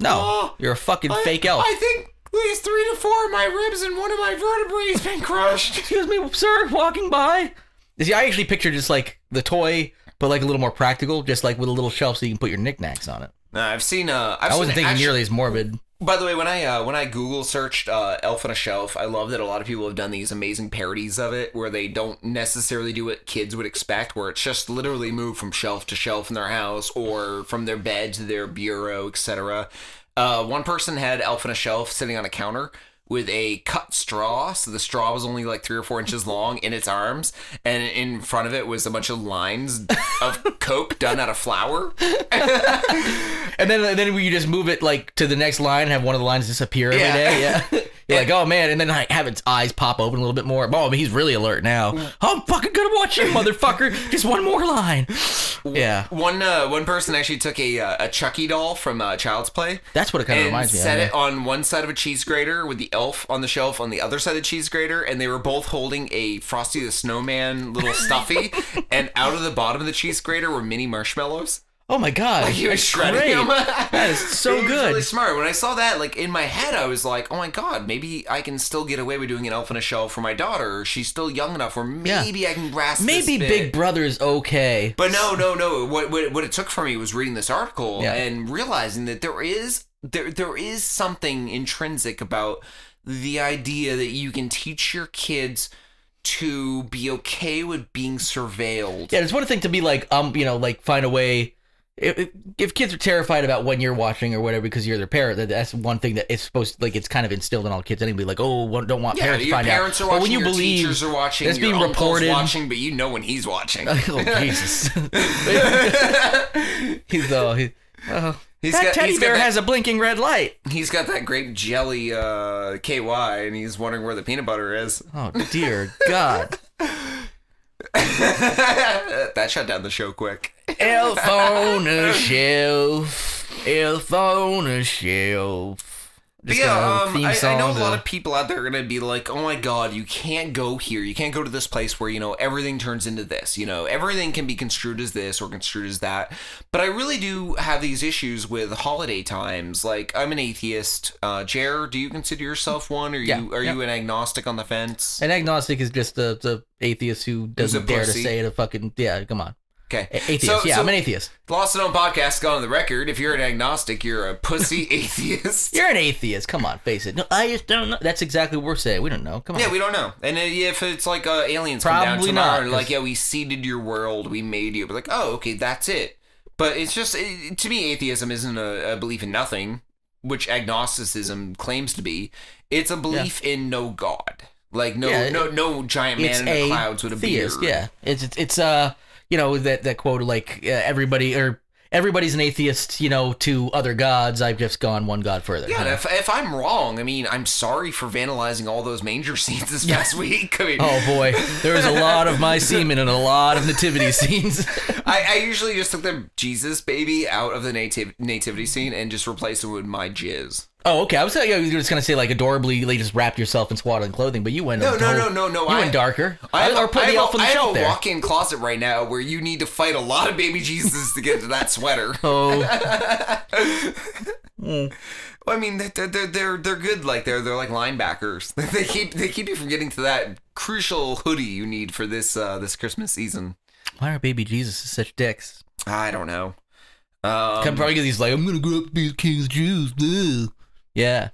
Speaker 2: No, you're Uh-huh. a fucking fake elf.
Speaker 1: i think at least three to four of my ribs and one of my vertebrae has been [LAUGHS] crushed
Speaker 2: Excuse me, sir, walking by. You See, I actually pictured just like the toy, but like a little more practical, just like with a little shelf so you can put your knickknacks on it.
Speaker 1: i've seen uh I've
Speaker 2: I wasn't
Speaker 1: seen
Speaker 2: thinking
Speaker 1: actual-
Speaker 2: nearly as morbid.
Speaker 1: By the way, when I uh, when I Google searched uh, "Elf on a Shelf," I love that a lot of people have done these amazing parodies of it, where they don't necessarily do what kids would expect, where it's just literally moved from shelf to shelf in their house or from their bed to their bureau, etc. Uh, one person had "Elf on a Shelf" sitting on a counter with a cut straw, so the straw was only like three or four inches long in its arms, and in front of it was a bunch of lines of coke done out of flour.
Speaker 2: And then and then you just move it like to the next line and have one of the lines disappear every
Speaker 1: Yeah.
Speaker 2: day.
Speaker 1: [LAUGHS]
Speaker 2: Yeah. You're like, oh man, and then like have its eyes pop open a little bit more. Oh, he's really alert now. "Oh, I'm fucking gonna watch you, motherfucker. Just one more
Speaker 1: [LAUGHS]
Speaker 2: line. Yeah.
Speaker 1: One uh, one person actually took a uh, a Chucky doll from uh, Child's Play
Speaker 2: That's what it kind of
Speaker 1: and
Speaker 2: reminds me
Speaker 1: set
Speaker 2: of.
Speaker 1: it on one side of a cheese grater with the elf on the shelf on the other side of the cheese grater, and they were both holding a Frosty the Snowman little stuffy, and out of the bottom of the cheese grater were mini marshmallows.
Speaker 2: oh my
Speaker 1: [LAUGHS]
Speaker 2: god,
Speaker 1: Like he was
Speaker 2: that's
Speaker 1: shredding
Speaker 2: great.
Speaker 1: him.
Speaker 2: That is
Speaker 1: [LAUGHS]
Speaker 2: so
Speaker 1: It was
Speaker 2: good.
Speaker 1: Really smart. When I saw that, like in my head, I was like, "Oh my god, maybe I can still get away with doing an elf in a shell for my daughter. She's still young enough, or
Speaker 2: Yeah.
Speaker 1: maybe I can grasp. this
Speaker 2: Maybe
Speaker 1: bit."
Speaker 2: Big Brother's okay.
Speaker 1: But no, no, no. What, what what it took for me was reading this article
Speaker 2: Yeah.
Speaker 1: and realizing that there is there there is something intrinsic about the idea that you can teach your kids to be okay with being surveilled.
Speaker 2: Yeah, it's one thing to be like, um, you know, like find a way. If, if kids are terrified about when you're watching or whatever because you're their parent, that, that's one thing that it's supposed like it's kind of instilled in all kids anyway. Like, oh, well, don't want
Speaker 1: Yeah,
Speaker 2: parents to
Speaker 1: your
Speaker 2: find
Speaker 1: parents
Speaker 2: out.
Speaker 1: are watching.
Speaker 2: but when you
Speaker 1: your
Speaker 2: believe,
Speaker 1: teachers are watching.
Speaker 2: that's
Speaker 1: your
Speaker 2: being
Speaker 1: uncle's
Speaker 2: reported-
Speaker 1: Watching, but you know when he's watching.
Speaker 2: [LAUGHS] oh
Speaker 1: [LAUGHS]
Speaker 2: Jesus, he's uh, he, oh.
Speaker 1: He's
Speaker 2: that
Speaker 1: got-
Speaker 2: teddy
Speaker 1: he's got
Speaker 2: bear
Speaker 1: that-
Speaker 2: has a blinking red light.
Speaker 1: he's got that grape jelly uh, KY, and he's wondering where the peanut butter is. [LAUGHS]
Speaker 2: Oh dear God,
Speaker 1: that shut down the show quick.
Speaker 2: elf on a shelf, elf on a shelf.
Speaker 1: But
Speaker 2: Just
Speaker 1: yeah,
Speaker 2: got a
Speaker 1: um,
Speaker 2: theme
Speaker 1: I, I know
Speaker 2: song
Speaker 1: a lot
Speaker 2: to-
Speaker 1: of people out there are gonna be like, "Oh my god, you can't go here. You can't go to this place where you know everything turns into this. You know, everything can be construed as this or construed as that." But I really do have these issues with holiday times. Like, I'm an atheist. Uh, Jer, do you consider yourself one? Are you
Speaker 2: Yeah,
Speaker 1: are
Speaker 2: yeah.
Speaker 1: you an agnostic on the fence?
Speaker 2: An agnostic is just the, the atheist who
Speaker 1: a
Speaker 2: doesn't dare to
Speaker 1: pussy.
Speaker 2: say it. A fucking yeah, come on,
Speaker 1: Okay,
Speaker 2: A- atheist.
Speaker 1: So-
Speaker 2: yeah,
Speaker 1: so-
Speaker 2: I'm an atheist.
Speaker 1: Lost and Own podcast gone on the record. If you're an agnostic, you're a pussy [LAUGHS] atheist.
Speaker 2: You're an atheist. Come on, face it. No, I just don't know. That's exactly what we're saying. We don't know. Come on.
Speaker 1: [LAUGHS] Yeah, we don't know. And uh, if it's like uh, aliens come down
Speaker 2: Probably
Speaker 1: tomorrow
Speaker 2: not,
Speaker 1: and like,
Speaker 2: 'cause-
Speaker 1: yeah, we seeded your world, we made you. But like, oh, okay, that's it. But it's just it, to me, atheism isn't a, a belief in nothing, which agnosticism claims to be. It's a belief in no god, like no
Speaker 2: Yeah,
Speaker 1: no no giant
Speaker 2: it's
Speaker 1: man in the
Speaker 2: a
Speaker 1: clouds with a beard.
Speaker 2: Theist. Yeah. It's it's, it's uh you know that that quote like uh, everybody or everybody's an atheist you know to other gods. I've just gone one god further.
Speaker 1: Yeah, and if, if I'm wrong, I mean, I'm sorry for vandalizing all those manger [LAUGHS] scenes this past week. I mean,
Speaker 2: Oh boy, there was a lot of
Speaker 1: [LAUGHS]
Speaker 2: my semen and a lot of nativity scenes.
Speaker 1: I, I usually just took the Jesus baby out of the nativ- nativity scene and just replaced it with my jizz.
Speaker 2: Oh, okay. I was, I was just gonna say like adorably, you just wrapped yourself in swaddling clothing, but you went
Speaker 1: No,
Speaker 2: a
Speaker 1: no, no,
Speaker 2: whole-
Speaker 1: no, no.
Speaker 2: You
Speaker 1: I-
Speaker 2: went darker.
Speaker 1: I
Speaker 2: or put
Speaker 1: I
Speaker 2: the
Speaker 1: have a-
Speaker 2: elf on the
Speaker 1: I have
Speaker 2: shelf
Speaker 1: a
Speaker 2: there.
Speaker 1: walk-in closet right now where you need to fight a lot of baby Jesus to get to that
Speaker 2: [LAUGHS]
Speaker 1: sweater. [LAUGHS]
Speaker 2: oh,
Speaker 1: I mean, they're they're they're, they're good. Like they're they're like linebackers. [LAUGHS] They keep they keep you from getting to that crucial hoodie you need for this uh, this Christmas season.
Speaker 2: why are baby Jesus such dicks?
Speaker 1: I don't know.
Speaker 2: Come
Speaker 1: Um,
Speaker 2: probably because he's like, I'm gonna grow up to be the king of the Jews. Blah. Yeah.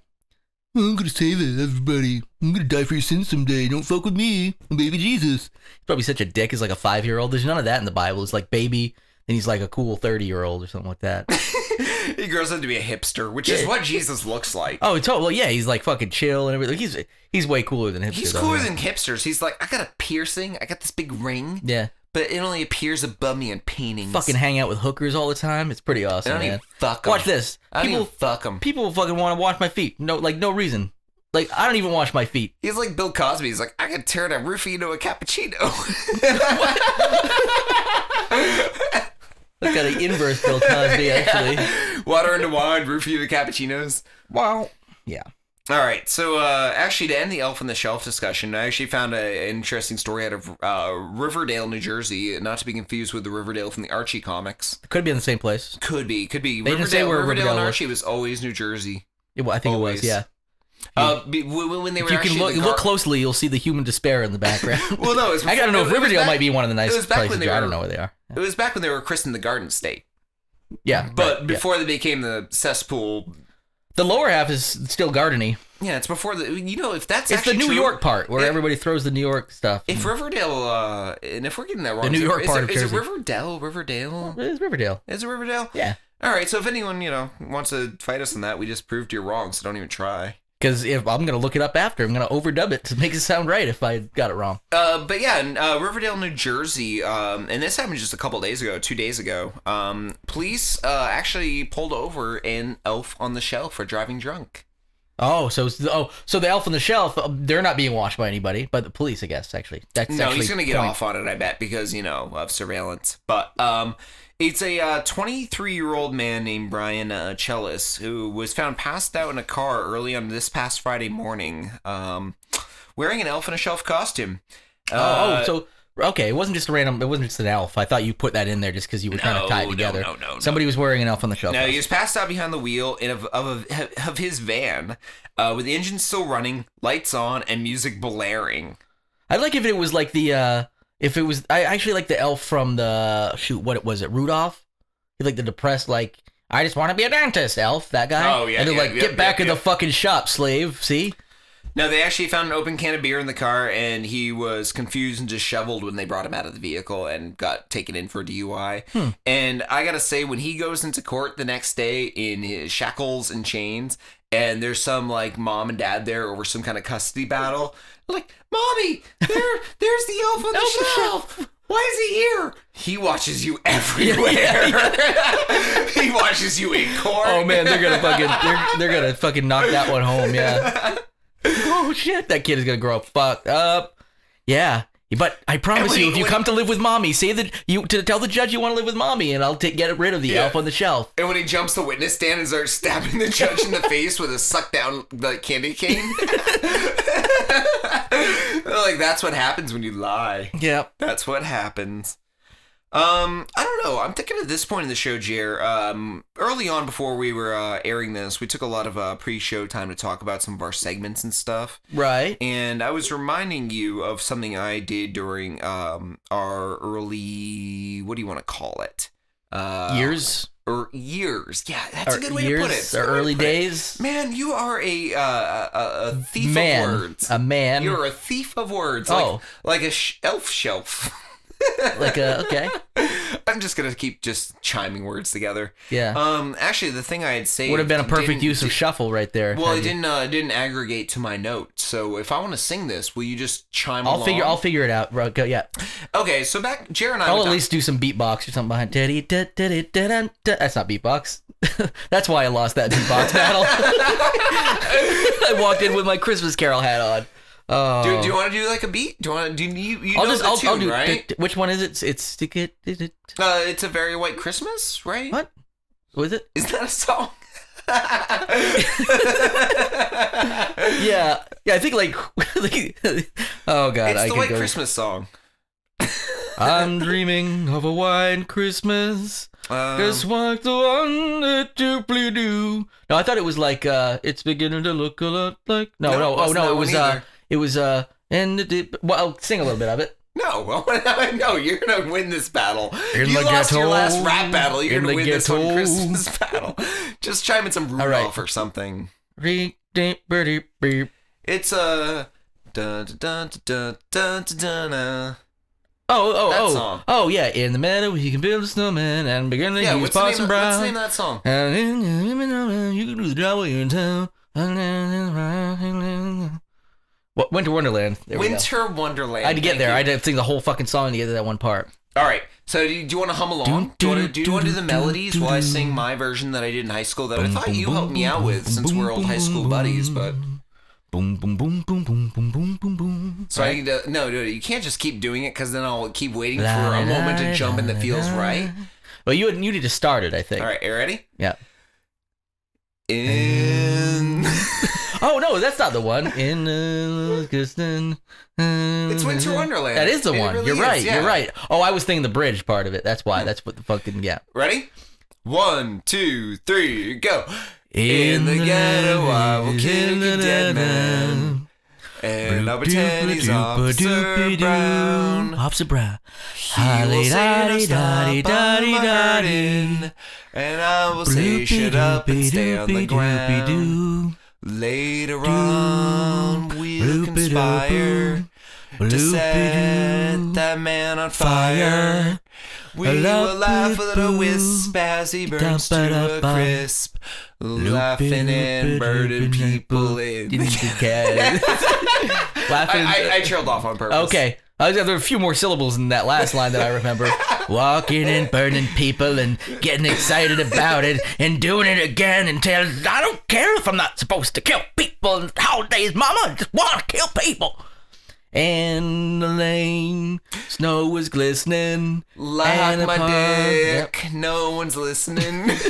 Speaker 2: I'm gonna save it, everybody. I'm gonna die for your sins someday. Don't fuck with me. I'm baby Jesus. He's probably such a dick as like a five year old. There's none of that in the Bible. It's like baby, and he's like a cool thirty year old or something like that.
Speaker 1: [LAUGHS] he grows up to be a hipster, which is
Speaker 2: Yeah.
Speaker 1: what Jesus looks like.
Speaker 2: oh, totally. Well, yeah, he's like fucking chill and everything. He's he's way cooler than him.
Speaker 1: He's cooler than hipsters. He's like, I got a piercing. I got this big ring,
Speaker 2: yeah.
Speaker 1: but it only appears above me in paintings.
Speaker 2: Fucking hang out with hookers all the time. It's pretty
Speaker 1: I
Speaker 2: awesome,
Speaker 1: don't
Speaker 2: man.
Speaker 1: even fuck 'em.
Speaker 2: Watch this.
Speaker 1: I don't
Speaker 2: People,
Speaker 1: even fuck him.
Speaker 2: people fucking want to wash my feet. No, like no reason. Like I don't even wash my feet.
Speaker 1: He's like Bill Cosby. He's like, I could turn a roofie into a cappuccino. [LAUGHS]
Speaker 2: That's got an inverse
Speaker 1: [LAUGHS]
Speaker 2: Bill Cosby actually.
Speaker 1: Water into wine, roofie into cappuccinos.
Speaker 2: Wow. Yeah.
Speaker 1: All right, so uh, actually, to end the Elf on the Shelf discussion, I actually found a, an interesting story out of uh, Riverdale, New Jersey, not to be confused with the Riverdale from the Archie comics.
Speaker 2: Could be in the same place.
Speaker 1: Could be, could be.
Speaker 2: They didn't say where
Speaker 1: Riverdale and
Speaker 2: Riverdale was.
Speaker 1: Archie was always New Jersey.
Speaker 2: It, wa- I think
Speaker 1: Always.
Speaker 2: it was. Yeah.
Speaker 1: Uh, be- when when they
Speaker 2: If
Speaker 1: were
Speaker 2: you
Speaker 1: actually
Speaker 2: can
Speaker 1: in
Speaker 2: look,
Speaker 1: the
Speaker 2: look
Speaker 1: gar-
Speaker 2: closely, you'll see the human despair in the background.
Speaker 1: [LAUGHS] Well, no, it was
Speaker 2: I gotta know if
Speaker 1: it was
Speaker 2: Riverdale
Speaker 1: back-
Speaker 2: might be one of the
Speaker 1: was
Speaker 2: nicest
Speaker 1: back when
Speaker 2: places.
Speaker 1: they
Speaker 2: I
Speaker 1: were-
Speaker 2: don't know where they are.
Speaker 1: It was back when they were christened the Garden State,
Speaker 2: Yeah.
Speaker 1: but
Speaker 2: right, yeah.
Speaker 1: before they became the cesspool.
Speaker 2: the lower half is still gardeny.
Speaker 1: Yeah, it's before the. You know, if that's
Speaker 2: It's the
Speaker 1: actually
Speaker 2: New
Speaker 1: true-
Speaker 2: York part where
Speaker 1: It-
Speaker 2: everybody throws the New York stuff.
Speaker 1: If Riverdale, uh, and if we're getting that wrong,
Speaker 2: The New
Speaker 1: is it-
Speaker 2: York
Speaker 1: is
Speaker 2: part
Speaker 1: it-
Speaker 2: of
Speaker 1: is it
Speaker 2: Jersey.
Speaker 1: Riverdale? Riverdale?
Speaker 2: it's Riverdale.
Speaker 1: Is it Riverdale?
Speaker 2: Yeah.
Speaker 1: All right. So if anyone you know wants to fight us on that, we just proved you're wrong. So don't even try.
Speaker 2: Because if I'm gonna look it up after, I'm gonna overdub it to make it sound right. If I got it wrong,
Speaker 1: Uh, but yeah, in uh, Riverdale, New Jersey, um, and this happened just a couple days ago, two days ago. Um, police uh, actually pulled over an elf on the shelf for driving drunk.
Speaker 2: oh, so it's the, oh, so the Elf on the Shelf, uh, they're not being watched by anybody, but the police, I guess. Actually, that's
Speaker 1: no,
Speaker 2: actually
Speaker 1: he's gonna get
Speaker 2: point.
Speaker 1: off on it, I bet, because you know of surveillance. But um, it's a 23 year old man named Brian uh, Chellis who was found passed out in a car early on this past Friday morning, um, wearing an elf on a shelf costume. Uh,
Speaker 2: Oh, oh, so Okay, it wasn't just a random. It wasn't just an elf. I thought you put that in there just because you were trying to tie it
Speaker 1: No, no,
Speaker 2: together.
Speaker 1: no, no, no.
Speaker 2: Somebody was wearing an elf on the shelf.
Speaker 1: No, he was passed out behind the wheel in of of, of his van, uh, with the engine still running, lights on, and music blaring.
Speaker 2: I'd like if it was like the uh if it was I actually like the elf from the shoot what was it Rudolph? He like the depressed like I just want to be a dentist elf that guy.
Speaker 1: Oh, yeah,
Speaker 2: And they're
Speaker 1: yeah,
Speaker 2: like
Speaker 1: yeah,
Speaker 2: get back
Speaker 1: yeah,
Speaker 2: in
Speaker 1: yeah.
Speaker 2: the fucking shop, slave. See?
Speaker 1: No, they actually found an open can of beer in the car, and he was confused and disheveled when they brought him out of the vehicle and got taken in for DUI.
Speaker 2: Hmm.
Speaker 1: And I gotta say, when he goes into court the next day in his shackles and chains, and there's some like mom and dad there over some kind of custody battle, like, "Mommy, there, [LAUGHS] there's the elf on the
Speaker 2: Elf on the
Speaker 1: shelf." Why is he here? He watches [LAUGHS] you everywhere. [LAUGHS] he watches you in court.
Speaker 2: Oh man, they're gonna fucking they're, they're gonna fucking knock that one home. Yeah.
Speaker 1: [LAUGHS]
Speaker 2: oh shit, that kid is gonna grow up fucked up. Yeah. But I promise
Speaker 1: And
Speaker 2: you,
Speaker 1: when
Speaker 2: if
Speaker 1: he-
Speaker 2: you
Speaker 1: when-
Speaker 2: come to live with mommy, say that you to tell the judge you want to live with mommy, and I'll take get rid of the
Speaker 1: Yeah.
Speaker 2: elf on the shelf.
Speaker 1: And when he jumps the witness stand and starts stabbing the judge in the face with a suck down like candy cane. like that's what happens when you lie.
Speaker 2: Yeah,
Speaker 1: That's what happens. Um, I don't know. I'm thinking at this point in the show, Jer. Um, early on before we were uh, airing this, we took a lot of uh, pre-show time to talk about some of our segments and stuff.
Speaker 2: right.
Speaker 1: And I was reminding you of something I did during um our early what do you want to call it? Uh,
Speaker 2: Years.
Speaker 1: or years. Yeah, that's a
Speaker 2: or
Speaker 1: good way
Speaker 2: years,
Speaker 1: to put it. It's a
Speaker 2: or
Speaker 1: good way to
Speaker 2: early
Speaker 1: put it.
Speaker 2: days.
Speaker 1: Man, you are a uh, a, a thief
Speaker 2: man,
Speaker 1: of words.
Speaker 2: a man,
Speaker 1: You're a thief of words.
Speaker 2: Oh.
Speaker 1: Like, like a sh- elf shelf.
Speaker 2: [LAUGHS]
Speaker 1: [LAUGHS]
Speaker 2: like a okay,
Speaker 1: I'm just gonna keep just chiming words together.
Speaker 2: yeah.
Speaker 1: [LAUGHS] Um, actually, the thing I had saved
Speaker 2: Uh. Would have been a perfect
Speaker 1: didn't-
Speaker 2: use of shuffle right there.
Speaker 1: Well, it
Speaker 2: Had you-
Speaker 1: didn't uh, it didn't aggregate to my note. So if I want to sing this, will you just chime?
Speaker 2: I'll
Speaker 1: along?
Speaker 2: figure. I'll figure it out. Right, go, yeah,
Speaker 1: Okay, so back Jer and I.
Speaker 2: I'll
Speaker 1: would
Speaker 2: at
Speaker 1: talk-
Speaker 2: least do some beatbox or something behind. Diddy, da, diddy, da, dun, da. That's not beatbox. [LAUGHS] That's why I lost that beatbox battle. [LAUGHS] I walked in with my Christmas Carol hat on.
Speaker 1: [LAUGHS]
Speaker 2: Oh.
Speaker 1: Do, do you want to do like a beat? Do you want to do you? You
Speaker 2: I'll
Speaker 1: know
Speaker 2: just.
Speaker 1: the
Speaker 2: I'll,
Speaker 1: tune,
Speaker 2: I'll do.
Speaker 1: right?
Speaker 2: d- d- which one is it? It's- It's stick it. did it-
Speaker 1: uh, it's a very white Christmas, right?
Speaker 2: What?
Speaker 1: [LAUGHS]
Speaker 2: Was it?
Speaker 1: Is that a song?
Speaker 2: Yeah. Yeah. I think like. [LAUGHS] oh God.
Speaker 1: it's
Speaker 2: I
Speaker 1: the
Speaker 2: could
Speaker 1: White
Speaker 2: go-
Speaker 1: Christmas song.
Speaker 2: I'm dreaming of a white Christmas.
Speaker 1: Um,
Speaker 2: Guess what the one that you play do? No, I thought it was like uh it's beginning to look a lot like No,
Speaker 1: No,
Speaker 2: no,
Speaker 1: it
Speaker 2: oh
Speaker 1: wasn't that
Speaker 2: no, it
Speaker 1: one
Speaker 2: was uh
Speaker 1: either.
Speaker 2: it was uh and the dip well I'll sing a little bit of it.
Speaker 1: [LAUGHS] no, no, you're gonna win this battle.
Speaker 2: In
Speaker 1: you
Speaker 2: the
Speaker 1: lost your
Speaker 2: ghetto,
Speaker 1: last rap battle. You're
Speaker 2: in
Speaker 1: gonna
Speaker 2: the
Speaker 1: win this one
Speaker 2: ghetto.
Speaker 1: Christmas [LAUGHS] battle. Just chime in some Rudolph
Speaker 2: All right.
Speaker 1: or something.
Speaker 2: Re- dee- bur- dee- bee.
Speaker 1: It's a. Dun, dun, dun, dun, dun, dun, uh. dun.
Speaker 2: Oh, oh,
Speaker 1: That
Speaker 2: oh.
Speaker 1: song.
Speaker 2: Oh yeah, in the meadow he can build a snowman and begin to
Speaker 1: Yeah, what's
Speaker 2: use
Speaker 1: the, name
Speaker 2: possum
Speaker 1: of, what's the name
Speaker 2: brown.
Speaker 1: of that song?
Speaker 2: And in the meadow, you can do the job while you're in town. Wa- Winter Wonderland. There we go.
Speaker 1: Winter Wonderland.
Speaker 2: I had to get
Speaker 1: Thank
Speaker 2: there.
Speaker 1: you.
Speaker 2: I had to sing the whole fucking song to get to that one part.
Speaker 1: All right. So do you, do you want to hum along?
Speaker 2: Dun,
Speaker 1: Do you want to
Speaker 2: dun,
Speaker 1: do, you want to do the
Speaker 2: dun,
Speaker 1: melodies
Speaker 2: dun,
Speaker 1: while I
Speaker 2: dun.
Speaker 1: sing my version that I did in high school that I
Speaker 2: Boom,
Speaker 1: thought
Speaker 2: boom,
Speaker 1: you
Speaker 2: boom,
Speaker 1: helped me
Speaker 2: boom,
Speaker 1: out with
Speaker 2: boom,
Speaker 1: since we're
Speaker 2: boom,
Speaker 1: old high
Speaker 2: boom,
Speaker 1: school
Speaker 2: boom,
Speaker 1: buddies? But
Speaker 2: boom boom boom boom boom boom boom boom boom.
Speaker 1: so I need to no, no, you can't just keep doing it because then I'll keep waiting for
Speaker 2: La,
Speaker 1: a
Speaker 2: la,
Speaker 1: moment to
Speaker 2: la,
Speaker 1: jump in that
Speaker 2: la,
Speaker 1: feels
Speaker 2: la.
Speaker 1: right.
Speaker 2: Well, you you need to start it, I think.
Speaker 1: All right, you ready?
Speaker 2: Yeah.
Speaker 1: In
Speaker 2: Oh no, that's not the one. In uh, Kirsten, uh,
Speaker 1: it's Winter Wonderland.
Speaker 2: That is the
Speaker 1: It
Speaker 2: one.
Speaker 1: really
Speaker 2: you're
Speaker 1: is,
Speaker 2: right.
Speaker 1: yeah.
Speaker 2: You're right. Oh, I was thinking the bridge part of it. That's why. That's what the fucking yeah.
Speaker 1: [LAUGHS] Ready? One, two, three, go. In the ghetto, I will kick a dead man. And I'll pretend he's Officer Brown.
Speaker 2: Officer Brown.
Speaker 1: He will say to
Speaker 2: Holly-dolly,
Speaker 1: stop, I'm
Speaker 2: dolly-dolly,
Speaker 1: hurting, and I will say shut up and stay on the ground.
Speaker 2: Bloop-a-doop-a-doop-a-doo.
Speaker 1: Later on, we'll
Speaker 2: Bloop-a-doop-a-doo.
Speaker 1: conspire to set
Speaker 2: Bloop-a-doo.
Speaker 1: that man on fire. We will laugh a little wisp as he burns to a crisp, laughing and murdering people in. the-
Speaker 2: Laughing.
Speaker 1: [LAUGHS] I, I, I trailed off on purpose.
Speaker 2: Okay. I there were a few more syllables in that last line that I
Speaker 1: [LAUGHS]
Speaker 2: remember. Walking and burning people and getting excited about it and doing it again until I don't care if I'm not supposed to kill people and holidays, mama. I just want to kill people. And the lane, snow was glistening.
Speaker 1: Like
Speaker 2: and
Speaker 1: my
Speaker 2: upon- Yep.
Speaker 1: dick, no one's listening. [LAUGHS]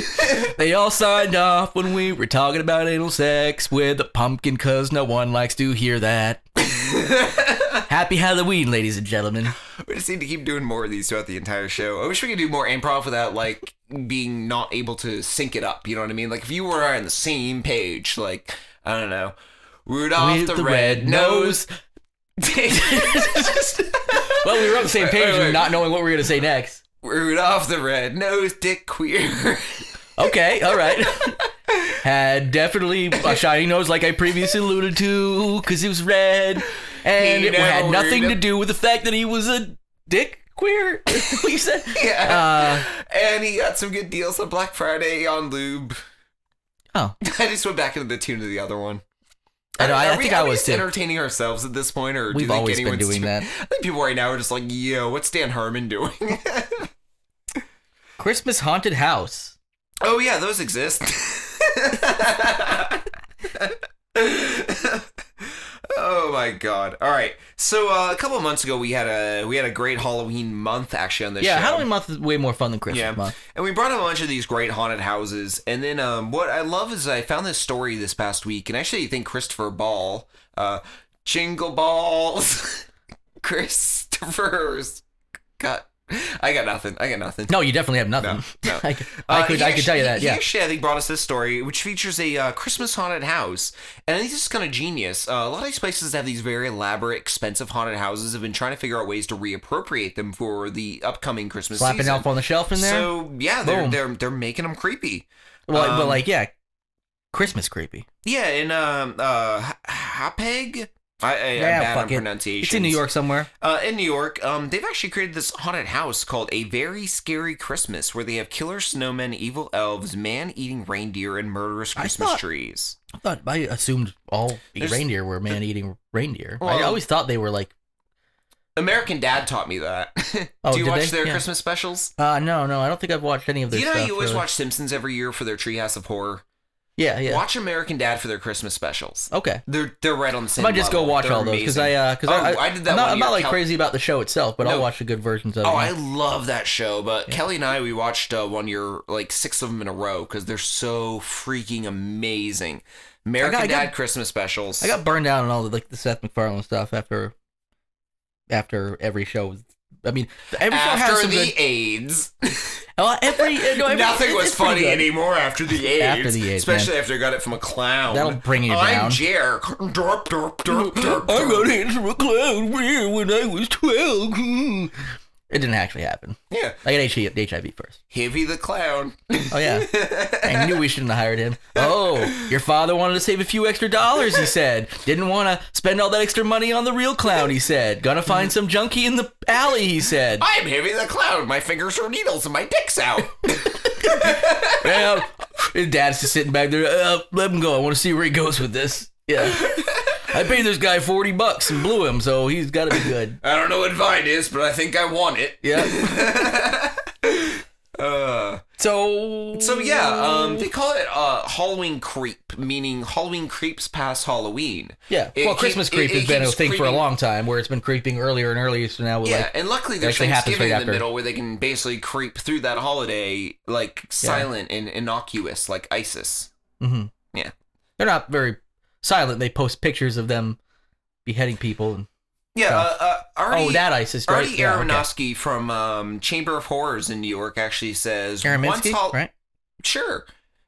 Speaker 2: They all signed off when we were
Speaker 1: [LAUGHS]
Speaker 2: talking about anal sex with a pumpkin, cause no one likes to hear that. Happy Halloween, ladies and gentlemen.
Speaker 1: We just need to keep doing more of these throughout the entire show. I wish we could do more improv without like being not able to sync it up. You know what I mean? Like if you were on the same page, like I don't know, Rudolph
Speaker 2: With
Speaker 1: the, red, nose.
Speaker 2: Well, we were on the same
Speaker 1: Wait,
Speaker 2: page
Speaker 1: wait, wait.
Speaker 2: and not knowing what we were gonna say next.
Speaker 1: [LAUGHS] Rudolph the red nose, dick queer. [LAUGHS]
Speaker 2: Okay, all right. Had definitely a shiny nose, like I previously alluded to, because he was red, and
Speaker 1: He
Speaker 2: it had
Speaker 1: never-
Speaker 2: nothing to do with the fact that he was a dick queer. [LAUGHS] what you said?
Speaker 1: yeah. and he got some good deals on Black Friday on lube.
Speaker 2: Oh.
Speaker 1: [LAUGHS] I just went back into the tune of the other one.
Speaker 2: I know. I,
Speaker 1: Are
Speaker 2: I
Speaker 1: we-
Speaker 2: think
Speaker 1: are
Speaker 2: I
Speaker 1: we
Speaker 2: was
Speaker 1: just
Speaker 2: too.
Speaker 1: entertaining ourselves at this point, or do you
Speaker 2: We've
Speaker 1: think
Speaker 2: always been
Speaker 1: anyone's
Speaker 2: doing that.
Speaker 1: I think people right now are just [LAUGHS] like, "Yo, what's Dan Harmon doing?" [LAUGHS]
Speaker 2: Christmas haunted house.
Speaker 1: oh yeah, those exist. [LAUGHS] oh my god! All right, so uh, a couple of months ago, we had a we had a great Halloween month actually on this
Speaker 2: Yeah,
Speaker 1: show.
Speaker 2: Halloween month is way more fun than Christmas
Speaker 1: Yeah.
Speaker 2: month.
Speaker 1: And we brought up a bunch of these great haunted houses. And then um, what I love is I found this story this past week, and actually I think Christopher Ball, uh, Jingle Balls, [LAUGHS] Christopher's got. I got nothing. I got nothing.
Speaker 2: No, you definitely have nothing.
Speaker 1: No, no.
Speaker 2: [LAUGHS] I, could- I
Speaker 1: Uh,
Speaker 2: could,
Speaker 1: he
Speaker 2: I could tell
Speaker 1: actually-
Speaker 2: you that.
Speaker 1: He
Speaker 2: Yeah.
Speaker 1: actually, I think, brought us this story, which features a uh, Christmas haunted house. And I think this is kind of genius. Uh, a lot of these places that have these very elaborate, expensive haunted houses have been trying to figure out ways to reappropriate them for the upcoming Christmas
Speaker 2: Slapping
Speaker 1: season.
Speaker 2: elf on the shelf in there.
Speaker 1: So yeah, they're
Speaker 2: Boom.
Speaker 1: they're they're making them creepy.
Speaker 2: well,
Speaker 1: um,
Speaker 2: but like, yeah, Christmas creepy.
Speaker 1: Yeah, and um uh H- Hapeg. I, I
Speaker 2: Yeah,
Speaker 1: am bad on
Speaker 2: fuck it.
Speaker 1: pronunciation.
Speaker 2: It's in New York somewhere.
Speaker 1: Uh, in New York, um, they've actually created this haunted house called A Very Scary Christmas, where they have killer snowmen, evil elves, man-eating reindeer, and murderous
Speaker 2: I
Speaker 1: Christmas
Speaker 2: thought-
Speaker 1: trees.
Speaker 2: I thought I assumed all
Speaker 1: There's-
Speaker 2: reindeer were man-eating reindeer. I
Speaker 1: Well-
Speaker 2: always thought they were like.
Speaker 1: American Dad taught me that. [LAUGHS]
Speaker 2: Oh,
Speaker 1: Do you
Speaker 2: did
Speaker 1: watch
Speaker 2: they?
Speaker 1: their
Speaker 2: Yeah.
Speaker 1: Christmas specials?
Speaker 2: Uh, no, no, I don't think I've watched any of
Speaker 1: Do
Speaker 2: their
Speaker 1: you know how
Speaker 2: stuff.
Speaker 1: you always
Speaker 2: really.
Speaker 1: watch Simpsons every year for their Treehouse of Horror?
Speaker 2: Yeah, yeah.
Speaker 1: Watch American Dad for their Christmas specials.
Speaker 2: Okay.
Speaker 1: They're they're right on the
Speaker 2: I
Speaker 1: same.
Speaker 2: might just go
Speaker 1: level.
Speaker 2: watch
Speaker 1: They're
Speaker 2: all those because
Speaker 1: amazing.
Speaker 2: I, uh, because
Speaker 1: Oh,
Speaker 2: I,
Speaker 1: I did that
Speaker 2: I'm not,
Speaker 1: one
Speaker 2: I'm not
Speaker 1: year,
Speaker 2: like
Speaker 1: Cal-
Speaker 2: crazy about the show itself, but
Speaker 1: No.
Speaker 2: I'll watch the good versions of
Speaker 1: Oh, I
Speaker 2: it.
Speaker 1: love that show. But Kelly and I, we watched uh, one year, like six of them in a row, because they're so freaking amazing. American
Speaker 2: I got-
Speaker 1: Dad Christmas specials.
Speaker 2: I got burned out on all the like the Seth MacFarlane stuff after, after every show. was- I mean, every show has
Speaker 1: after
Speaker 2: some
Speaker 1: the
Speaker 2: good.
Speaker 1: AIDS.
Speaker 2: Oh, every, no,
Speaker 1: [LAUGHS]
Speaker 2: every
Speaker 1: Nothing
Speaker 2: it's-
Speaker 1: was
Speaker 2: it's pretty
Speaker 1: funny
Speaker 2: good.
Speaker 1: anymore after the AIDS.
Speaker 2: [LAUGHS] After the AIDS,
Speaker 1: especially after I got it from a clown.
Speaker 2: That'll bring you
Speaker 1: I'm
Speaker 2: down.
Speaker 1: Jer. [LAUGHS] Derp, derp, derp,
Speaker 2: [LAUGHS]
Speaker 1: derp,
Speaker 2: I
Speaker 1: derp.
Speaker 2: got hit from a cloud bear when I was 12. Hmm. [LAUGHS] It didn't actually happen.
Speaker 1: Yeah,
Speaker 2: I got HIV HIV first.
Speaker 1: Heavy the clown. [LAUGHS]
Speaker 2: Oh, yeah. I knew we shouldn't have hired him. Oh, your father wanted to save a few extra dollars, he said. Didn't want to spend all that extra money on the real clown, he said. Gonna find some junkie in the alley,
Speaker 1: [LAUGHS]
Speaker 2: he said.
Speaker 1: I'm Heavy the clown. My fingers are needles and my dick's out.
Speaker 2: [LAUGHS] Well, his dad's just sitting back there. Uh, let him go. I want to see where he goes with this. Yeah. I paid this guy 40 bucks and blew him, so he's got to be good.
Speaker 1: I don't know what Vine is, but I think I want it.
Speaker 2: Yeah.
Speaker 1: [LAUGHS] Uh,
Speaker 2: So.
Speaker 1: So yeah, um, they call it uh, Halloween creep, meaning Halloween creeps past Halloween.
Speaker 2: Yeah.
Speaker 1: It
Speaker 2: well,
Speaker 1: keep-
Speaker 2: Christmas
Speaker 1: it-
Speaker 2: creep
Speaker 1: it
Speaker 2: has been a
Speaker 1: keeps
Speaker 2: thing for a
Speaker 1: creeping-
Speaker 2: long time, where it's been creeping earlier and earlier. So now we're
Speaker 1: Yeah,
Speaker 2: like,
Speaker 1: and luckily there's
Speaker 2: actually happens
Speaker 1: Thanksgiving
Speaker 2: right
Speaker 1: in the
Speaker 2: after.
Speaker 1: middle where they can basically creep through that holiday like silent and innocuous, like ISIS.
Speaker 2: mhm.
Speaker 1: Yeah.
Speaker 2: they're not very silent. They post pictures of them beheading people. And,
Speaker 1: Yeah, uh, uh, Artie,
Speaker 2: oh, that ISIS, right?
Speaker 1: Artie
Speaker 2: Yeah, okay.
Speaker 1: Aronofsky from um, Chamber of Horrors in New York actually says once
Speaker 2: Araminsky,
Speaker 1: Hall-
Speaker 2: right?
Speaker 1: sure,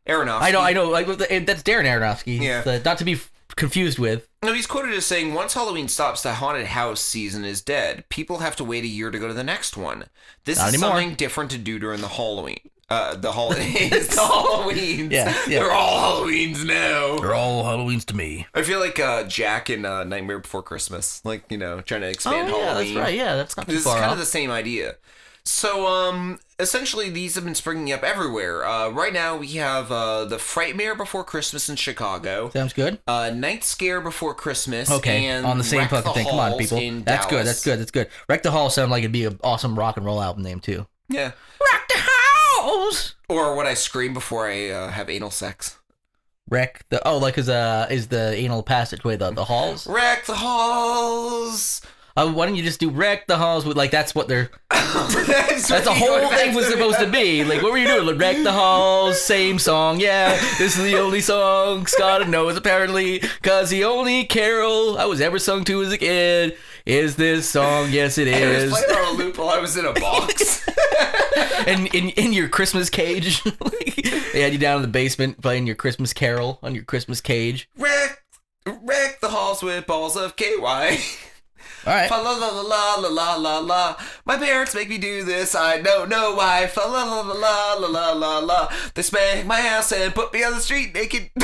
Speaker 1: Aronofsky.
Speaker 2: I know, I know. Like with the- that's Darren Aronofsky.
Speaker 1: Yeah.
Speaker 2: The- not to be f- confused with.
Speaker 1: No, he's quoted as saying, "Once Halloween stops, the haunted house season is dead. People have to wait a year to go to the next one. This
Speaker 2: Not
Speaker 1: is
Speaker 2: anymore.
Speaker 1: something different to do during the Halloween, uh, the
Speaker 2: [LAUGHS]
Speaker 1: holidays, the Halloweens.
Speaker 2: Yeah, yeah.
Speaker 1: they're all Halloweens now.
Speaker 2: They're all Halloween's to me.
Speaker 1: I feel like uh, Jack in uh, Nightmare Before Christmas, like you know, trying to
Speaker 2: Oh
Speaker 1: expand
Speaker 2: yeah,
Speaker 1: Halloween.
Speaker 2: that's right. Yeah, that's not too
Speaker 1: This is
Speaker 2: far
Speaker 1: kind of
Speaker 2: off.
Speaker 1: the same idea. So, um, essentially, these have been springing up everywhere. Uh, right now, we have uh, the Frightmare Before Christmas in Chicago.
Speaker 2: Sounds good.
Speaker 1: Uh, Night Scare Before Christmas.
Speaker 2: Okay,
Speaker 1: and
Speaker 2: on the same
Speaker 1: Wreck
Speaker 2: fucking thing. Come on,
Speaker 1: Halls
Speaker 2: people.
Speaker 1: in
Speaker 2: That's good.
Speaker 1: Dallas.
Speaker 2: That's good. That's good. Wreck the Hall sounds like it'd be an awesome rock and roll album name too.
Speaker 1: Yeah.
Speaker 2: Wreck the house.
Speaker 1: Or what I scream before I uh, have anal sex.
Speaker 2: wreck the oh like is uh is the anal passageway the the halls
Speaker 1: Wreck the halls. [LAUGHS]
Speaker 2: uh, why don't you just do wreck the halls with like that's what they're
Speaker 1: that's
Speaker 2: [LAUGHS] that's the
Speaker 1: what you
Speaker 2: whole
Speaker 1: went back
Speaker 2: thing was supposed to be like what were you doing like, wreck the halls same song yeah this is the only [LAUGHS] song Scott knows apparently cause the only carol I was ever sung to as a kid Is this song? Yes, [LAUGHS] it
Speaker 1: And It
Speaker 2: is.
Speaker 1: was played on a loop while I was in a
Speaker 2: [LAUGHS]
Speaker 1: box.
Speaker 2: and in, in your Christmas cage, [LAUGHS] they had you down in the basement playing your Christmas carol on your Christmas cage.
Speaker 1: wreck, wreck the halls with balls of KY.
Speaker 2: All right.
Speaker 1: [LAUGHS] Fa la la la la la la la. My parents make me do this. I don't know why. Fa la la la la la la la la. They smack my ass and put me on the street naked. [LAUGHS]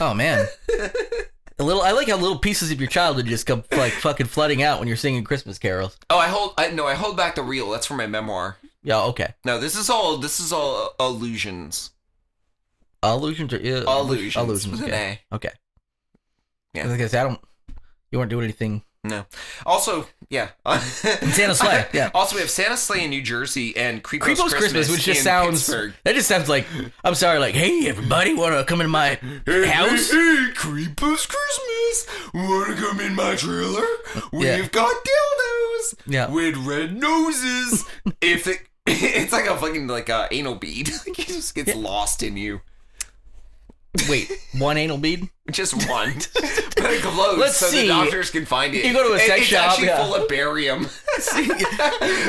Speaker 2: Oh man. A little. I like how little pieces of your childhood just come like fucking flooding out when you're singing Christmas carols.
Speaker 1: oh, I hold. I, no, I hold back the reel. That's for my memoir.
Speaker 2: Yeah. Okay.
Speaker 1: No, this is all. This is all uh, illusions.
Speaker 2: Allusions or uh,
Speaker 1: Illusions.
Speaker 2: Allusions.
Speaker 1: with an
Speaker 2: Okay.
Speaker 1: A.
Speaker 2: okay.
Speaker 1: Yeah.
Speaker 2: Like I said, I don't. You weren't doing anything.
Speaker 1: No. Also, yeah. Santa [LAUGHS]
Speaker 2: Sleigh, yeah.
Speaker 1: Also, we have Santa Sleigh in New Jersey and Creepos,
Speaker 2: Creepos Christmas, which just
Speaker 1: in
Speaker 2: sounds
Speaker 1: Pittsburgh.
Speaker 2: that just sounds like I'm sorry, like hey everybody, want to come in my house?
Speaker 1: Hey, hey, hey, Creepos Christmas. Wanna come in my trailer? We've
Speaker 2: Yeah.
Speaker 1: got dildos [LAUGHS]
Speaker 2: Yeah.
Speaker 1: with red noses. if it, [LAUGHS] it's like a fucking like a anal bead, [LAUGHS] like it just gets lost in you.
Speaker 2: Wait, one anal bead? [LAUGHS]
Speaker 1: Just one, but it glows
Speaker 2: Let's
Speaker 1: so
Speaker 2: see.
Speaker 1: the doctors can find it.
Speaker 2: You go to a
Speaker 1: It-
Speaker 2: sex
Speaker 1: it's
Speaker 2: shop,
Speaker 1: actually
Speaker 2: yeah.
Speaker 1: full of
Speaker 2: [LAUGHS]
Speaker 1: barium. [LAUGHS]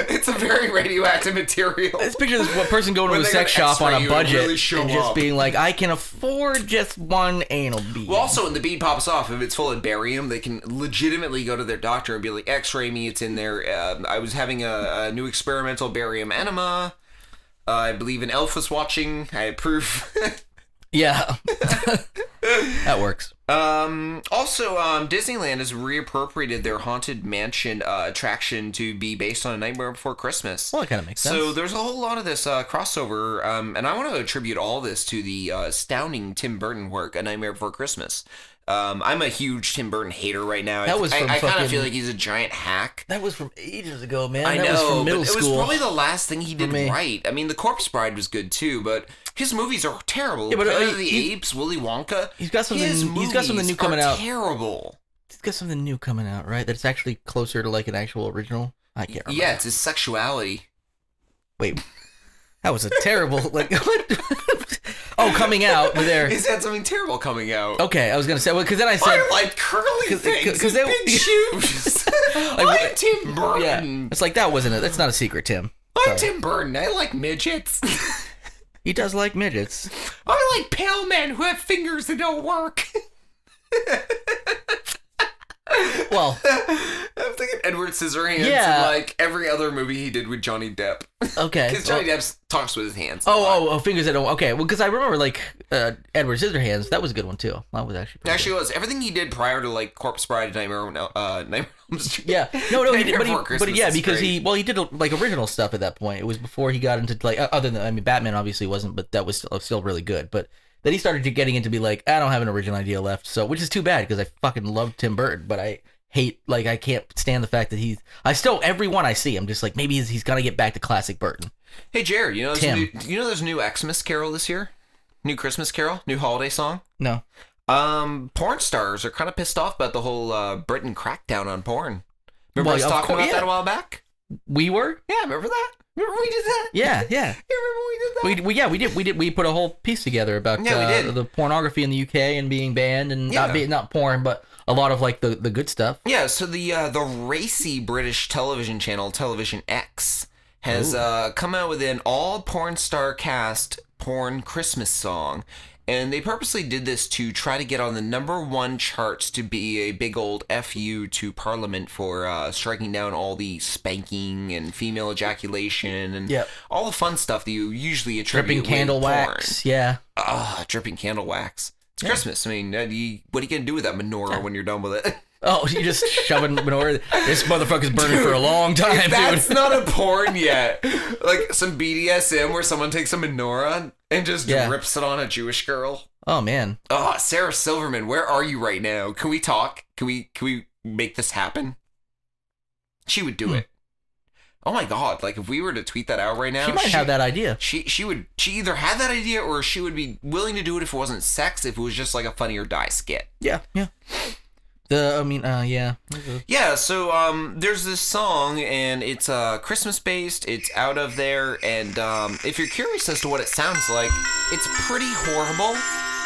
Speaker 1: it's a very radioactive material.
Speaker 2: Let's picture this one person going
Speaker 1: When
Speaker 2: to a
Speaker 1: they
Speaker 2: sex
Speaker 1: gonna
Speaker 2: shop on
Speaker 1: X-ray
Speaker 2: a
Speaker 1: you and
Speaker 2: budget
Speaker 1: really show
Speaker 2: and just
Speaker 1: up?
Speaker 2: being like, I can afford just one anal bead.
Speaker 1: Well, also, when the bead pops off, if it's full of barium, they can legitimately go to their doctor and be like, x ray me, it's in there. Um, I was having a, a new experimental barium enema. Uh, I believe an elf was watching. I approve. [LAUGHS]
Speaker 2: yeah, that works.
Speaker 1: um, also, um, Disneyland has reappropriated their Haunted Mansion uh, attraction to be based on A Nightmare Before Christmas.
Speaker 2: Well, that kind of makes sense.
Speaker 1: So there's a whole lot of this uh, crossover, um, and I want to attribute all this to the uh, astounding Tim Burton work, A Nightmare Before Christmas. Um, I'm a huge Tim Burton hater right now. I-
Speaker 2: That was
Speaker 1: I,
Speaker 2: from
Speaker 1: I, kind
Speaker 2: fucking-
Speaker 1: of feel like he's a giant hack.
Speaker 2: that was from ages ago, man.
Speaker 1: I
Speaker 2: that
Speaker 1: know,
Speaker 2: was from middle
Speaker 1: but it
Speaker 2: school.
Speaker 1: was probably the last thing he did
Speaker 2: me.
Speaker 1: right. I mean, The Corpse Bride was good too, but his movies are terrible.
Speaker 2: Yeah, but, uh,
Speaker 1: Planet of the
Speaker 2: he-
Speaker 1: Apes, Willy Wonka.
Speaker 2: he's got something-
Speaker 1: His
Speaker 2: he's got something
Speaker 1: movies
Speaker 2: new coming
Speaker 1: are
Speaker 2: out.
Speaker 1: Terrible.
Speaker 2: It's got something new coming out, right? That's actually closer to like an actual original. I can't remember.
Speaker 1: Yeah, it's his sexuality.
Speaker 2: Wait, that was a terrible [LAUGHS] like. What? oh, coming out there.
Speaker 1: [LAUGHS] He's had something terrible coming out.
Speaker 2: Okay, I was gonna say well, because then I said
Speaker 1: I like curly
Speaker 2: 'Cause-
Speaker 1: things.
Speaker 2: 'cause
Speaker 1: Because
Speaker 2: they-
Speaker 1: [LAUGHS] big shoes.
Speaker 2: what-
Speaker 1: I'm Tim
Speaker 2: yeah.
Speaker 1: Burton.
Speaker 2: It's like that wasn't it. That's not a secret, Tim.
Speaker 1: I'm Tim Burton. I like [LAUGHS] midgets.
Speaker 2: He does like midgets.
Speaker 1: I like pale men who have fingers that don't work. [LAUGHS] [LAUGHS]
Speaker 2: Well,
Speaker 1: I'm thinking Edward Scissorhands
Speaker 2: Yeah.
Speaker 1: and like every other movie he did with Johnny Depp.
Speaker 2: okay.
Speaker 1: Because Johnny Depp talks with his hands. a lot.
Speaker 2: oh, oh, oh, fingers that don't. Okay, well, because I remember like uh, Edward Scissorhands. That was a good one too. That was actually pretty
Speaker 1: Actually, it was everything he did prior to like Corpse Bride and Nightmare on El- uh, Nightmare on Elm Street.
Speaker 2: good. yeah. No, no, he did,
Speaker 1: Nightmare
Speaker 2: but, he,
Speaker 1: Before
Speaker 2: but
Speaker 1: Christmas
Speaker 2: yeah,
Speaker 1: is
Speaker 2: because
Speaker 1: great.
Speaker 2: he well, he did like original stuff at that point. It was before he got into like uh, other than I mean, Batman obviously wasn't, but that was still, still really good. But then he started to getting into be like, I don't have an original idea left, so which is too bad because I fucking love Tim Burton, but I hate like I can't stand the fact that he's. I still every one I see, I'm just like maybe he's, he's gonna get back to classic Burton.
Speaker 1: Hey Jared, you know there's a
Speaker 2: Tim.
Speaker 1: new, you know there's a new Xmas Carol this year, new Christmas Carol, new holiday song.
Speaker 2: No,
Speaker 1: Um, porn stars are kind of pissed off about the whole uh, Britain crackdown on porn. Remember
Speaker 2: Well,
Speaker 1: us
Speaker 2: of
Speaker 1: talking
Speaker 2: course-
Speaker 1: about
Speaker 2: yeah.
Speaker 1: that a while back?
Speaker 2: we were.
Speaker 1: Yeah, remember that? Remember we did that?
Speaker 2: Yeah, yeah.
Speaker 1: [LAUGHS] You remember we did that?
Speaker 2: We, we yeah we did we did we put a whole piece together about
Speaker 1: Yeah, we
Speaker 2: uh,
Speaker 1: did.
Speaker 2: the pornography in the UK and being banned and not
Speaker 1: Yeah.
Speaker 2: be, not porn but a lot of like the, the good stuff.
Speaker 1: Yeah, so the uh, the racy British television channel Television X has uh, come out with an all porn star cast porn Christmas song, and they purposely did this to try to get on the number one charts to be a big old fu to Parliament for uh, striking down all the spanking and female ejaculation and
Speaker 2: Yep.
Speaker 1: all the fun stuff that you usually attribute
Speaker 2: Dripping
Speaker 1: with
Speaker 2: candle
Speaker 1: porn.
Speaker 2: wax, yeah.
Speaker 1: Ah, dripping candle wax. It's
Speaker 2: Yeah.
Speaker 1: Christmas. I mean, uh, you, what are you gonna do with that menorah when you're done with it? [LAUGHS]
Speaker 2: Oh, you just shoving [LAUGHS] menorah. This motherfucker's burning for a long [LAUGHS] time,
Speaker 1: That's
Speaker 2: dude.
Speaker 1: not a porn yet. Like some BDSM where someone takes a menorah and just
Speaker 2: Yeah.
Speaker 1: rips it on a Jewish girl.
Speaker 2: Oh man,
Speaker 1: Oh, Sarah Silverman, where are you right now? Can we talk? Can we can we make this happen? She would do
Speaker 2: Hmm.
Speaker 1: it. Oh my god, like if we were to tweet that out right now,
Speaker 2: she might have that idea.
Speaker 1: She she would she either had that idea or she would be willing to do it if it wasn't sex, if it was just like a funny or die skit.
Speaker 2: Yeah, yeah. The I mean, uh, yeah.
Speaker 1: Yeah, so um, there's this song, and it's uh, Christmas based. It's out of there, and um, if you're curious as to what it sounds like, it's pretty horrible.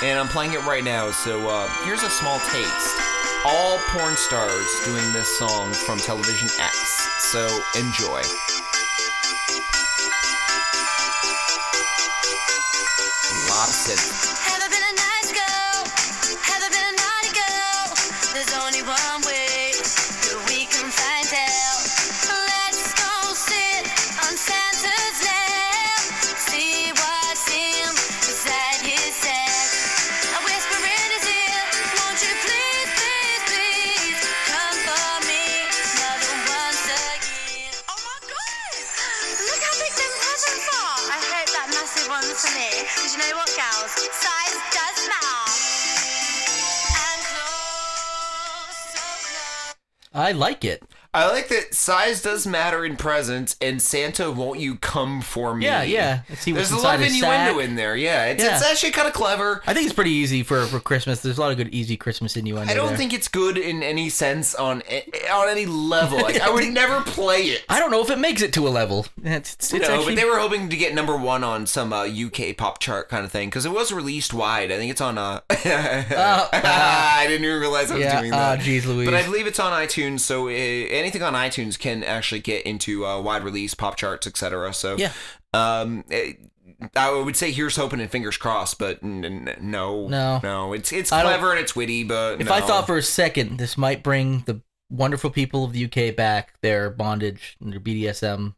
Speaker 1: And I'm playing it right now, so uh, here's a small taste. all porn stars doing this song from Television X. So enjoy. Lots of
Speaker 3: Haven't been a nice girl, haven't been a naughty girl. There's only one way that we can find out. Let's go sit on Santa's lap, see what's him beside his sack. I whisper in his ear, won't you please, please, please come for me, mother once again. Oh my God! Look how big them presents are. I hope that massive one's for me. Cause you know what, gals? Size does matter. And close, so close.
Speaker 2: I like it.
Speaker 1: I like that size does matter in presents, and Santa, won't you come for me?
Speaker 2: Yeah, yeah. Let's see what's
Speaker 1: There's a lot of
Speaker 2: inside his
Speaker 1: innuendo
Speaker 2: sack.
Speaker 1: in there. Yeah, it's, it's
Speaker 2: Yeah.
Speaker 1: actually kind of clever.
Speaker 2: I think it's pretty easy for, for Christmas. There's a lot of good easy Christmas innuendo.
Speaker 1: I don't
Speaker 2: there.
Speaker 1: think it's good in any sense on a- on any
Speaker 2: [LAUGHS]
Speaker 1: level. Like, I would never play it.
Speaker 2: I don't know if it makes it to a level. It's, it's, it's
Speaker 1: no,
Speaker 2: actually,
Speaker 1: but they were hoping to get number one on some uh, UK pop chart kind of thing because it was released wide. I think it's on. Uh, [LAUGHS] I didn't even realize I was
Speaker 2: Oh, uh, yeah.
Speaker 1: doing
Speaker 2: Ah,
Speaker 1: that.
Speaker 2: jeez, Louise.
Speaker 1: But I believe it's on iTunes, so uh, anything on iTunes can actually get into uh, wide release, pop charts, etc. So
Speaker 2: Yeah.
Speaker 1: um, eh, I would say here's hoping and fingers crossed, but n- n- no,
Speaker 2: No.
Speaker 1: no, it's it's
Speaker 2: I don't-
Speaker 1: clever and it's witty, but
Speaker 2: If
Speaker 1: no.
Speaker 2: I thought for a second this might bring the wonderful people of the UK back their bondage and their BDSM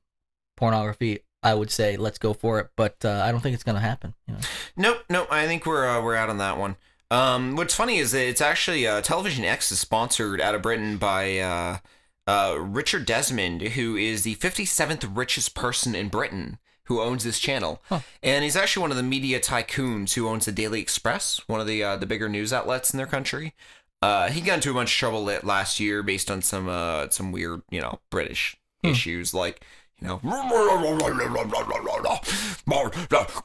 Speaker 2: pornography, I would say let's go for it. But uh, I don't think it's going to happen. You know?
Speaker 1: Nope, nope. I think we're uh, we're out on that one. Um, what's funny is that it's actually uh, Television X is sponsored out of Britain by uh, uh, Richard Desmond, who is the 57th richest person in Britain, who owns this channel,
Speaker 2: Huh.
Speaker 1: and he's actually one of the media tycoons who owns the Daily Express, one of the uh, the bigger news outlets in their country. Uh, he got into a bunch of trouble lit last year based on some uh, some weird, you know, British
Speaker 2: Hmm.
Speaker 1: issues like you know, [LAUGHS]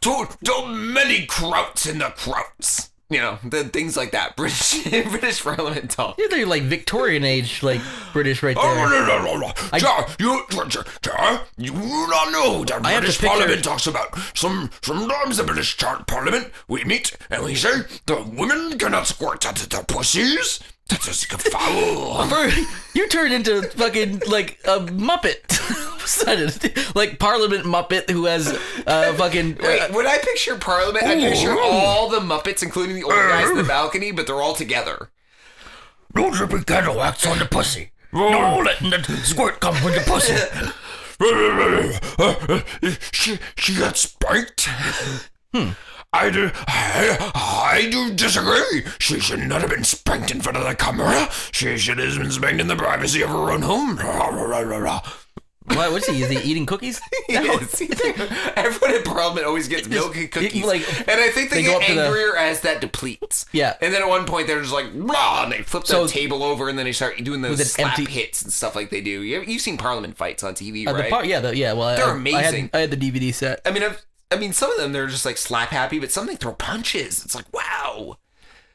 Speaker 1: too, too many krauts in the krauts. You know, the things like that. [LAUGHS] British British Parliament talk.
Speaker 2: Yeah, they're like Victorian age, like British right
Speaker 1: Oh,
Speaker 2: there. I-
Speaker 1: Sir, you, sir, sir, you do not know that
Speaker 2: I have to
Speaker 1: British
Speaker 2: picture-
Speaker 1: Parliament talks about some sometimes the British Char- Parliament we meet and we say the women cannot squirt at the pussies. That is foul.
Speaker 2: Bro, you turned into fucking like a Muppet. [LAUGHS] All of a sudden. like Parliament Muppet who has uh, fucking.
Speaker 1: Wait, when I picture Parliament, I picture
Speaker 2: Ooh.
Speaker 1: all the Muppets, including the old guys in the balcony, but they're all together.
Speaker 4: No dripping candle wax on the pussy. No letting the squirt come from the pussy.
Speaker 1: she she got spanked. I do I, I do disagree. She should not have been spanked in front of the camera. She should have been spanked in the privacy of her own home.
Speaker 2: What, what's he? Is he eating
Speaker 1: [LAUGHS]
Speaker 2: cookies? No.
Speaker 1: Everyone in Parliament always gets milk and cookies,
Speaker 2: like,
Speaker 1: and I think they,
Speaker 2: they go
Speaker 1: get
Speaker 2: up to the-
Speaker 1: angrier as that depletes.
Speaker 2: Yeah.
Speaker 1: and then at one point they're just like, "Rah!" and they flip the
Speaker 2: So-
Speaker 1: table over, and then they start doing those
Speaker 2: With an
Speaker 1: slap
Speaker 2: empty-
Speaker 1: hits and stuff like they do. You, you've seen Parliament fights on TV,
Speaker 2: Uh, the
Speaker 1: right?
Speaker 2: par- yeah, the, yeah. Well, I-
Speaker 1: They're
Speaker 2: I, I
Speaker 1: amazing.
Speaker 2: had, I had the DVD set.
Speaker 1: I mean, I've, I mean, some of them they're just like slap happy, but some they throw punches. It's like wow.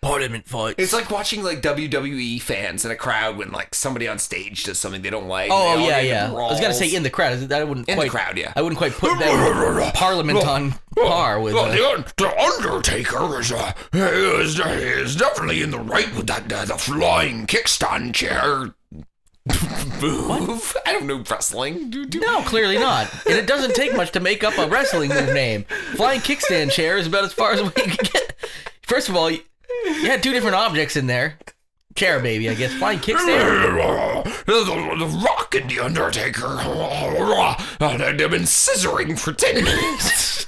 Speaker 2: Parliament fight.
Speaker 1: It's like watching like WWE fans in a crowd when like somebody on stage does something they don't like. and
Speaker 2: Oh
Speaker 1: they all
Speaker 2: yeah,
Speaker 1: get into
Speaker 2: yeah. I was gonna say
Speaker 1: brawls.
Speaker 2: in the crowd. That wouldn't
Speaker 1: In the
Speaker 2: quite.
Speaker 1: crowd, yeah.
Speaker 2: I wouldn't quite
Speaker 1: [LAUGHS]
Speaker 2: put that Parliament on par with.
Speaker 4: Well,
Speaker 2: uh,
Speaker 4: the, un- the Undertaker is, uh, is, is definitely in the right with that uh, the flying kickstand chair. [LAUGHS]
Speaker 1: move. I don't know wrestling. Do, do.
Speaker 2: no, clearly not. And it doesn't take much to make up a wrestling move name. Flying kickstand chair is about as far as we can get. First of all, you you had two different objects in there. Chair, baby, I guess.
Speaker 1: [LAUGHS]
Speaker 2: Flying kickstand.
Speaker 4: the, the, the Rock and the Undertaker. Uh, they- They've been scissoring for 10 minutes.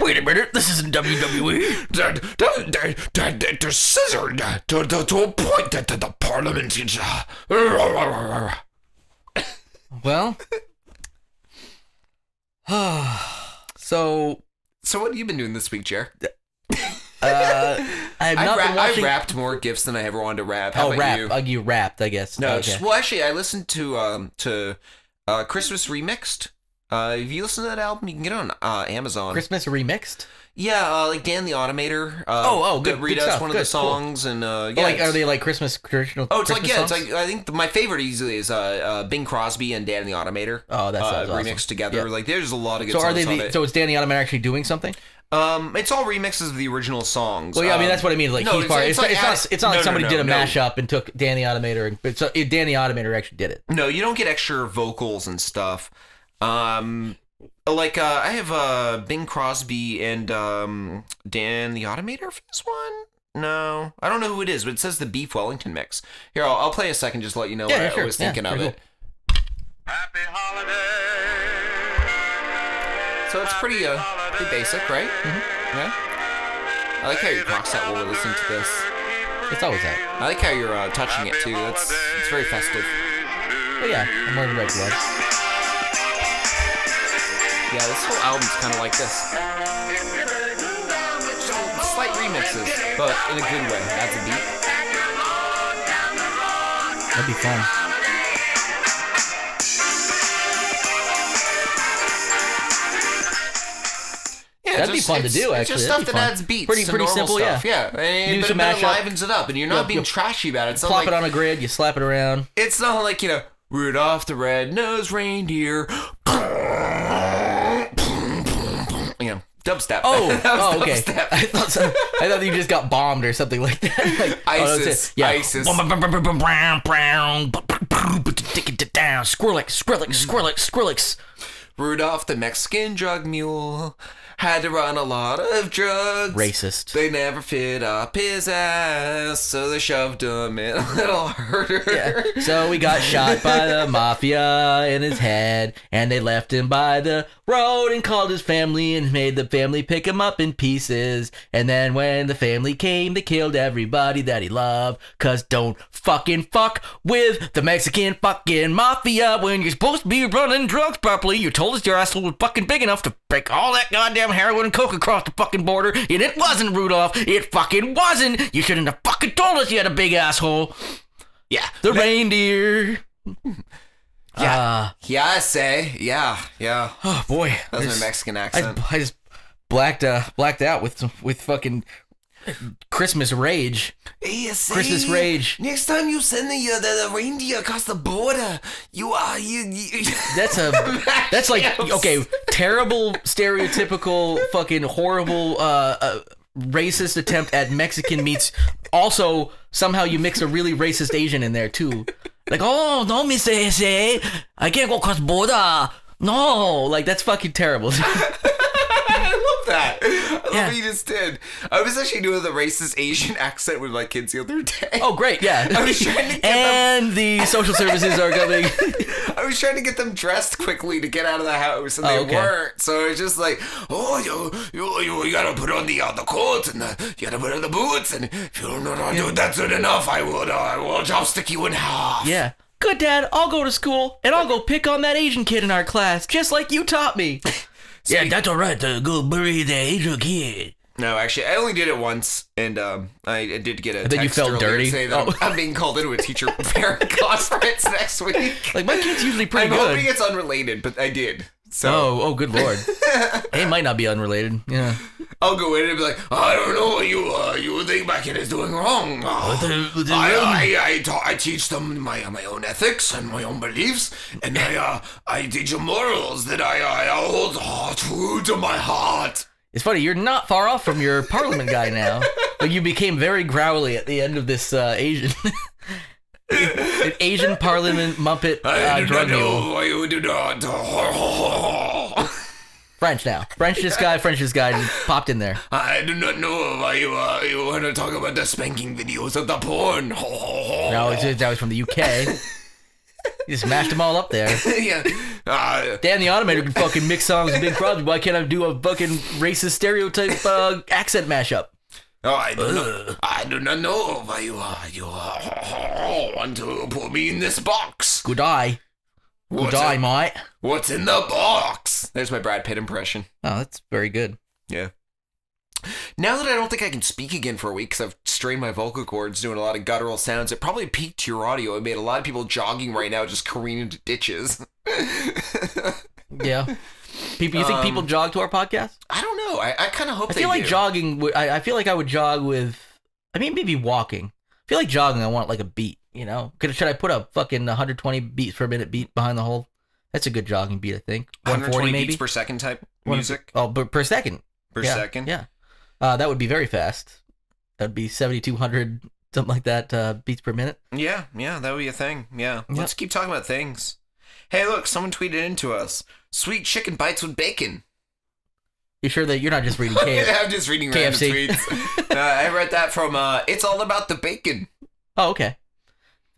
Speaker 2: Wait a minute, this isn't E. WWE.
Speaker 4: They're, they're, they're, they're, they're scissored to, to, to a point that the, the Parliament is. Uh,
Speaker 2: Well. [SIGHS] so
Speaker 1: So what have you been doing this week, Jer?
Speaker 2: uh, I have
Speaker 1: I,
Speaker 2: not
Speaker 1: ra-
Speaker 2: been
Speaker 1: I
Speaker 2: watching.
Speaker 1: wrapped more gifts than I ever wanted to wrap. How
Speaker 2: oh,
Speaker 1: about
Speaker 2: rap.
Speaker 1: you?
Speaker 2: Uh, you rapped, I guess.
Speaker 1: no,
Speaker 2: Okay.
Speaker 1: just- well, actually, I listened to um to uh Christmas remixed. Uh, if you listen to that album, you can get it on uh, Amazon.
Speaker 2: Christmas remixed.
Speaker 1: Yeah, uh, like Dan the Automator. Uh,
Speaker 2: Oh, oh,
Speaker 1: that
Speaker 2: good-
Speaker 1: redoes
Speaker 2: good stuff.
Speaker 1: one of
Speaker 2: Good,
Speaker 1: the
Speaker 2: cool. Oh,
Speaker 1: songs, and uh, yeah,
Speaker 2: like,
Speaker 1: it's-
Speaker 2: are they like Christmas traditional?
Speaker 1: Oh, it's like
Speaker 2: Christmas
Speaker 1: yeah, it's
Speaker 2: songs?
Speaker 1: like I think the, my favorite easily is uh, uh, Bing Crosby and Dan the Automator.
Speaker 2: Oh, that
Speaker 1: uh,
Speaker 2: sounds awesome.
Speaker 1: remixed together.
Speaker 2: Yeah.
Speaker 1: Like there's a lot of good.
Speaker 2: So
Speaker 1: songs
Speaker 2: are they?
Speaker 1: on
Speaker 2: The,
Speaker 1: it.
Speaker 2: so it's Danny Automator actually doing something?
Speaker 1: Um, it's all remixes of the original songs.
Speaker 2: Well, yeah, I mean
Speaker 1: Um,
Speaker 2: that's what I mean. Like
Speaker 1: no,
Speaker 2: he's part. It's, not- it's,
Speaker 1: out-
Speaker 2: not. It's not like
Speaker 1: no, no,
Speaker 2: somebody
Speaker 1: no,
Speaker 2: did a
Speaker 1: no.
Speaker 2: mashup and took Danny Automator. And, but so it, Danny Automator actually did it.
Speaker 1: No, you don't get extra vocals and stuff. Um, like uh, I have uh Bing Crosby and um Dan the Automator for this one. No, I don't know who it is, but it says the Beef Wellington mix. Here, I'll, I'll play a second, just to let you know
Speaker 2: Yeah,
Speaker 1: what
Speaker 2: yeah,
Speaker 1: I
Speaker 2: sure.
Speaker 1: was
Speaker 2: Yeah,
Speaker 1: thinking of
Speaker 2: pretty
Speaker 1: it. So it's pretty uh pretty basic, right?
Speaker 2: Mm-hmm.
Speaker 1: Yeah. I like how you box out while we're listening to this.
Speaker 2: It's always that.
Speaker 1: I like how you're uh, touching it too. That's it's very festive.
Speaker 2: But yeah, I'm wearing red gloves.
Speaker 1: Yeah, this whole album's kind of like this. Slight remixes, but in a good way. That's a beat.
Speaker 2: That'd be fun.
Speaker 1: Yeah,
Speaker 2: That'd be fun to
Speaker 1: it's-
Speaker 2: do,
Speaker 1: It's
Speaker 2: actually.
Speaker 1: just
Speaker 2: That'd
Speaker 1: stuff
Speaker 2: be
Speaker 1: that
Speaker 2: fun.
Speaker 1: adds beats.
Speaker 2: Pretty-
Speaker 1: to
Speaker 2: pretty
Speaker 1: normal
Speaker 2: simple,
Speaker 1: stuff.
Speaker 2: yeah.
Speaker 1: yeah. And,
Speaker 2: You
Speaker 1: but
Speaker 2: do some
Speaker 1: but it
Speaker 2: mashup.
Speaker 1: livens it up, and you're not
Speaker 2: Yeah,
Speaker 1: being
Speaker 2: yeah.
Speaker 1: trashy about it. It's not
Speaker 2: Plop
Speaker 1: like,
Speaker 2: it on a grid. You slap it around.
Speaker 1: It's not like you know Rudolph the Red-Nosed Reindeer. [LAUGHS] you know, dubstep.
Speaker 2: Oh,
Speaker 1: [LAUGHS] That was
Speaker 2: oh, okay.
Speaker 1: dubstep.
Speaker 2: [LAUGHS] I thought, so, I thought you just got bombed or something like that. [LAUGHS] Like, oh, that's
Speaker 1: ISIS,
Speaker 2: it. yeah.
Speaker 1: ISIS.
Speaker 2: Skrillex, Skrillex, Skrillex, Skrillex.
Speaker 1: Mm. Rudolph the Mexican drug mule had to run a lot of drugs.
Speaker 2: Racist.
Speaker 1: They never fit up his ass, so they shoved him in a little harder.
Speaker 2: Yeah. So we got shot by the mafia in his head, and they left him by the road and called his family and made the family pick him up in pieces. And then when the family came, they killed everybody that he loved. Cause don't fucking fuck with the Mexican fucking mafia when you're supposed to be running drugs properly. You told us your asshole was fucking big enough to break all that goddamn heroin and coke across the fucking border, and it wasn't Rudolph. It fucking wasn't. You shouldn't have fucking told us you had a big asshole.
Speaker 1: Yeah.
Speaker 2: The reindeer.
Speaker 1: [LAUGHS] Yeah.
Speaker 2: Uh,
Speaker 1: Yeah, I say. Yeah. Yeah.
Speaker 2: oh boy.
Speaker 1: That was
Speaker 2: There's-
Speaker 1: my Mexican
Speaker 2: I
Speaker 1: accent.
Speaker 2: just, I just blacked uh, blacked out with some- with fucking Christmas rage.
Speaker 1: Hey, say,
Speaker 2: Christmas rage.
Speaker 1: Next time you send the, uh, the, the reindeer across the border, you are. You, you,
Speaker 2: That's
Speaker 1: [LAUGHS]
Speaker 2: a that's like okay, terrible stereotypical fucking horrible uh, uh racist attempt at Mexican meats. Also, somehow you mix a really racist Asian in there too. Like, oh no, Mister Ese, I can't go cross border. No, like that's fucking terrible. [LAUGHS]
Speaker 1: I love that. [LAUGHS] I love
Speaker 2: Yeah.
Speaker 1: what you just did. I was actually doing the racist Asian [LAUGHS] accent with my kids the other day.
Speaker 2: Oh, great, [LAUGHS] yeah.
Speaker 1: I was trying to get
Speaker 2: and the social services are [LAUGHS] coming.
Speaker 1: [LAUGHS] I was trying to get them dressed quickly to get out of the house, and
Speaker 2: Oh,
Speaker 1: they
Speaker 2: okay.
Speaker 1: weren't. So it was just like, oh, you, you, you, you gotta put on the uh, the coat and the, you gotta put on the boots, and if you don't know how to do that soon enough, I will, uh, I will chopstick you in half.
Speaker 2: yeah. Good dad, I'll go to school and I'll go pick on that Asian kid in our class, just like you taught me. [LAUGHS] yeah, that's all right. To go bury the Asian kid.
Speaker 1: No, actually, I only did it once, and um, I, I did get a.
Speaker 2: then you
Speaker 1: text
Speaker 2: felt
Speaker 1: earlier
Speaker 2: dirty?
Speaker 1: saying that
Speaker 2: Oh.
Speaker 1: I'm being called into a
Speaker 2: [LAUGHS]
Speaker 1: teacher parent conference next week.
Speaker 2: Like my kid's usually pretty
Speaker 1: I'm
Speaker 2: good.
Speaker 1: hoping it's unrelated, but I did. So
Speaker 2: oh, oh,
Speaker 1: [LAUGHS]
Speaker 2: good lord. it might not be unrelated. Yeah.
Speaker 1: I'll go in and be like, I don't know what you uh, you think my kid is doing wrong. Uh, I, I, I, ta- I teach them my my own ethics and my own beliefs, and I uh, I teach them morals that I I hold uh, true to my heart.
Speaker 2: It's funny, you're not far off from your parliament guy now, but you became very growly at the end of this uh, Asian. [LAUGHS]
Speaker 1: [LAUGHS]
Speaker 2: An Asian parliament muppet
Speaker 1: I
Speaker 2: uh,
Speaker 1: do
Speaker 2: drug
Speaker 1: not
Speaker 2: mule.
Speaker 1: know why you do not. [LAUGHS]
Speaker 2: French now. French this guy, French this guy, and popped in there.
Speaker 1: I do not know why you uh, you want to talk about the spanking videos of the porn. [LAUGHS]
Speaker 2: No, it's that was from the UK. He just mashed them all up there.
Speaker 1: yeah. Uh,
Speaker 2: Dan the Automator can fucking mix songs with Big Crosby. Why can't I do a fucking racist stereotype uh, accent mashup?
Speaker 1: Oh, I do not. I do not know why you are. You are [LAUGHS] want to put me in this box.
Speaker 2: Good eye. Good
Speaker 1: What's,
Speaker 2: eye,
Speaker 1: in,
Speaker 2: mate.
Speaker 1: what's in the box? There's my Brad Pitt impression.
Speaker 2: Oh, that's very good.
Speaker 1: Yeah. Now that I don't think I can speak again for a week because I've strained my vocal cords doing a lot of guttural sounds, it probably [LAUGHS] peaked your audio and made a lot of people jogging right now just careen into ditches.
Speaker 2: Yeah. People, you think
Speaker 1: Um,
Speaker 2: people jog to our podcast?
Speaker 1: I don't know. I, I kind of hope
Speaker 2: I
Speaker 1: they
Speaker 2: feel like
Speaker 1: do.
Speaker 2: jogging. would- I, I feel like I would jog with. I mean, maybe walking. I feel like jogging. I want like a beat. You know, could should I put a fucking 120 beats per minute beat behind the whole? That's a good jogging beat, I think. 140
Speaker 1: 120
Speaker 2: maybe.
Speaker 1: beats per second type
Speaker 2: One-
Speaker 1: music
Speaker 2: oh, but per second.
Speaker 1: per
Speaker 2: yeah,
Speaker 1: second.
Speaker 2: Yeah, uh, that would be very fast. That'd be 7,200 something like that uh, beats per minute.
Speaker 1: Yeah, yeah, that would be a thing. Yeah.
Speaker 2: Yeah.
Speaker 1: Let's keep talking about things. Hey, look, someone tweeted into us. Sweet chicken bites with bacon.
Speaker 2: You sure that you're not
Speaker 1: [LAUGHS]
Speaker 2: just reading K?
Speaker 1: I'm just reading random
Speaker 2: KFC. [LAUGHS]
Speaker 1: tweets. Uh, I read that from uh, It's All About the Bacon.
Speaker 2: oh, okay.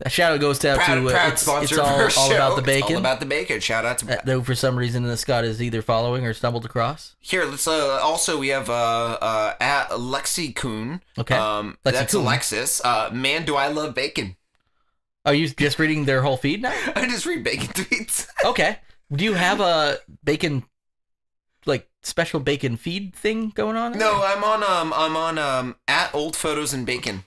Speaker 2: A shout out goes out
Speaker 1: Proud,
Speaker 2: to uh,
Speaker 1: proud
Speaker 2: it's,
Speaker 1: sponsor
Speaker 2: it's all,
Speaker 1: of our show.
Speaker 2: all about the
Speaker 1: It's all
Speaker 2: bacon.
Speaker 1: about the bacon. Shout out to
Speaker 2: Uh, though for some reason uh, Scott is either following or stumbled across.
Speaker 1: Here, let's uh, also we have uh uh at Lexi Coon.
Speaker 2: Okay.
Speaker 1: Um
Speaker 2: Lexi
Speaker 1: that's
Speaker 2: Kuhn.
Speaker 1: Alexis. Uh man, do I love bacon. [LAUGHS]
Speaker 2: Are you just reading their whole feed now?
Speaker 1: I just read bacon [LAUGHS] tweets.
Speaker 2: Okay. Do you have a bacon, like special bacon feed thing going on?
Speaker 1: no, I'm on um I'm on um at old photos and bacon.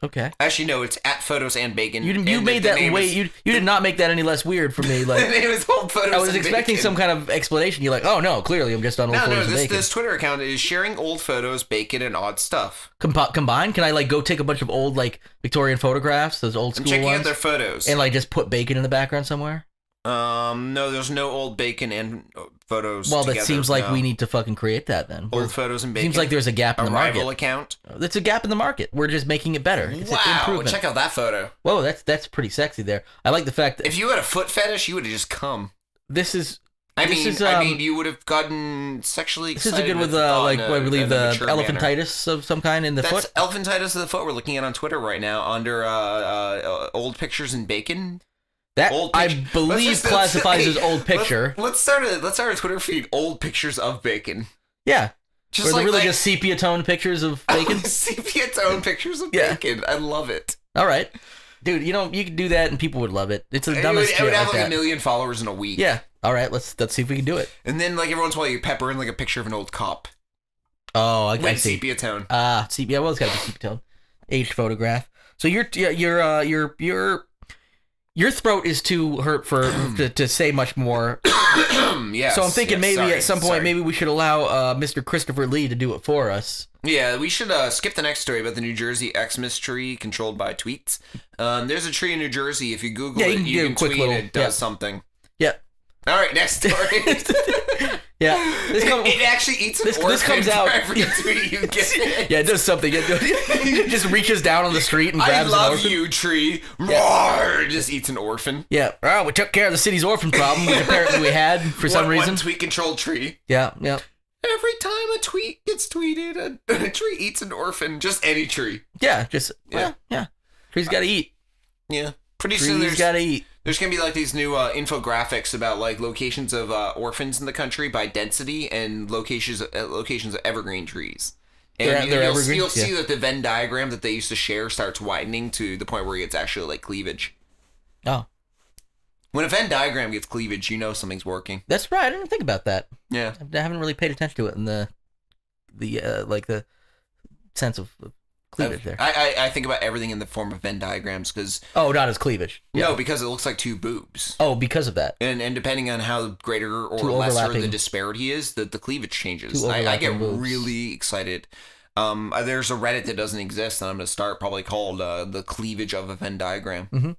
Speaker 2: Okay.
Speaker 1: Actually no, it's at photos and bacon.
Speaker 2: You,
Speaker 1: and
Speaker 2: you
Speaker 1: the-
Speaker 2: made
Speaker 1: the
Speaker 2: that
Speaker 1: name
Speaker 2: way.
Speaker 1: is-
Speaker 2: you you did not make that any less weird for
Speaker 1: [LAUGHS]
Speaker 2: me.
Speaker 1: the
Speaker 2: Like
Speaker 1: name is old photos
Speaker 2: I was
Speaker 1: and
Speaker 2: expecting
Speaker 1: bacon.
Speaker 2: some kind of explanation. You're like, oh no, clearly I'm just on
Speaker 1: [LAUGHS]
Speaker 2: old
Speaker 1: No, no,
Speaker 2: photos of
Speaker 1: this
Speaker 2: bacon.
Speaker 1: this Twitter account is sharing old photos, bacon and odd stuff.
Speaker 2: Compo- combined, can I like go take a bunch of old like Victorian photographs, those old
Speaker 1: I'm
Speaker 2: school
Speaker 1: checking out
Speaker 2: ones,
Speaker 1: their photos.
Speaker 2: and like just put bacon in the background somewhere?
Speaker 1: um no, there's no old bacon and uh, photos.
Speaker 2: Well,
Speaker 1: together,
Speaker 2: that seems like
Speaker 1: no.
Speaker 2: we need to fucking create that then.
Speaker 1: old photos and bacon.
Speaker 2: Seems like there's a gap in
Speaker 1: a
Speaker 2: the
Speaker 1: rival
Speaker 2: market.
Speaker 1: account.
Speaker 2: That's a gap in the market. We're just making it better. It's an
Speaker 1: Wow,
Speaker 2: improvement.
Speaker 1: check out that photo.
Speaker 2: Whoa, that's that's pretty sexy there. I like the fact that
Speaker 1: If you had a foot fetish, you would have just come.
Speaker 2: this is
Speaker 1: I
Speaker 2: This
Speaker 1: mean,
Speaker 2: is,
Speaker 1: I
Speaker 2: um,
Speaker 1: mean, you would have gotten sexually.
Speaker 2: this is a
Speaker 1: excited
Speaker 2: good with
Speaker 1: the
Speaker 2: uh,
Speaker 1: thought
Speaker 2: like
Speaker 1: in
Speaker 2: what
Speaker 1: a-
Speaker 2: I believe
Speaker 1: in a
Speaker 2: the
Speaker 1: mature
Speaker 2: elephantitis
Speaker 1: manner.
Speaker 2: of some kind in the
Speaker 1: That's
Speaker 2: foot.
Speaker 1: elephantitis of the foot. We're looking at on Twitter right now under uh, uh, uh, old pictures and bacon.
Speaker 2: That
Speaker 1: Old
Speaker 2: I
Speaker 1: picture- Let's
Speaker 2: believe
Speaker 1: just- let's-
Speaker 2: classifies
Speaker 1: [LAUGHS] hey,
Speaker 2: as old
Speaker 1: let's-
Speaker 2: picture.
Speaker 1: Let's, start a let's start a Twitter feed. Old pictures of bacon.
Speaker 2: Yeah,
Speaker 1: Just
Speaker 2: where they're
Speaker 1: like
Speaker 2: really
Speaker 1: like,
Speaker 2: just sepia toned pictures
Speaker 1: [LAUGHS]
Speaker 2: of bacon.
Speaker 1: sepia own pictures of
Speaker 2: Yeah.
Speaker 1: bacon. I love it.
Speaker 2: All right, dude, you know you could do that and people would love it. It's the
Speaker 1: It would,
Speaker 2: dumbest
Speaker 1: it
Speaker 2: shit
Speaker 1: would have
Speaker 2: like
Speaker 1: like, a
Speaker 2: that.
Speaker 1: million followers in a week.
Speaker 2: Yeah. All right, let's let's see if we can do it.
Speaker 1: and then like every once in a while you pepper in like a picture of an old cop.
Speaker 2: Oh, I, I
Speaker 1: Wait,
Speaker 2: see.
Speaker 1: sepia tone.
Speaker 2: Ah, uh, sepia. Well, it's got to be sepia tone. Aged photograph. So your your your uh, your your your throat is too hurt for
Speaker 1: [CLEARS THROAT]
Speaker 2: to, to say much more
Speaker 1: yes.
Speaker 2: so I'm thinking
Speaker 1: yes,
Speaker 2: maybe
Speaker 1: Mm, sorry,
Speaker 2: at some point
Speaker 1: sorry.
Speaker 2: maybe we should allow uh, Mr. Christopher Lee to do it for us.
Speaker 1: Yeah, we should uh, skip the next story about the New Jersey Xmas tree controlled by tweets. Um, there's a tree in New Jersey. If you Google
Speaker 2: Yeah, you
Speaker 1: it,
Speaker 2: can
Speaker 1: you
Speaker 2: do a
Speaker 1: can
Speaker 2: quick
Speaker 1: tweet
Speaker 2: little-
Speaker 1: it does
Speaker 2: yeah.
Speaker 1: something.
Speaker 2: Yeah,
Speaker 1: All right,
Speaker 2: [LAUGHS]
Speaker 1: next story.
Speaker 2: yeah.
Speaker 1: [LAUGHS]
Speaker 2: This come-
Speaker 1: it actually eats an
Speaker 2: this- this
Speaker 1: orphan
Speaker 2: comes out-
Speaker 1: for
Speaker 2: [LAUGHS]
Speaker 1: every tweet you get.
Speaker 2: yeah, it does something. It does- [LAUGHS] it just reaches down on the street and
Speaker 1: I
Speaker 2: grabs an
Speaker 1: love
Speaker 2: orphan.
Speaker 1: you, tree. Roar! Just eats an orphan.
Speaker 2: Yeah. Oh, we took care of the city's orphan problem, which apparently we had for some
Speaker 1: One-
Speaker 2: reason.
Speaker 1: one tweet controlled tree.
Speaker 2: yeah, yeah,
Speaker 1: Every time a tweet gets tweeted, a, [LAUGHS] a tree eats an orphan. Just any tree.
Speaker 2: yeah. Just
Speaker 1: Yeah.
Speaker 2: yeah, yeah. Trees gotta eat.
Speaker 1: Yeah. Pretty soon
Speaker 2: Trees
Speaker 1: there's
Speaker 2: gotta eat.
Speaker 1: There's gonna be like these new uh, infographics about like locations of uh, orphans in the country by density and locations uh, locations of evergreen trees. And
Speaker 2: They're-
Speaker 1: you,
Speaker 2: they're
Speaker 1: will
Speaker 2: evergreen,
Speaker 1: you'll see that the Venn diagram that they used to share starts widening to the point where it's actually like cleavage.
Speaker 2: Oh,
Speaker 1: When a Venn diagram gets cleavage, you know something's working.
Speaker 2: that's right. I didn't think about that.
Speaker 1: Yeah.
Speaker 2: I haven't really paid attention to it in the the uh, like the sense of of cleavage there.
Speaker 1: I, I, I think about everything in the form of Venn diagrams because
Speaker 2: Oh, not as cleavage.
Speaker 1: no, because it looks like two boobs.
Speaker 2: Oh, because of that.
Speaker 1: And, and depending on how greater or
Speaker 2: Two
Speaker 1: lesser the
Speaker 2: overlapping-
Speaker 1: disparity is, the, the cleavage changes.
Speaker 2: Two
Speaker 1: I, I get
Speaker 2: overlapping boobs.
Speaker 1: really excited. Um, uh, there's a Reddit that doesn't exist, and I'm gonna start probably called uh, the cleavage of a Venn diagram.
Speaker 2: Mhm.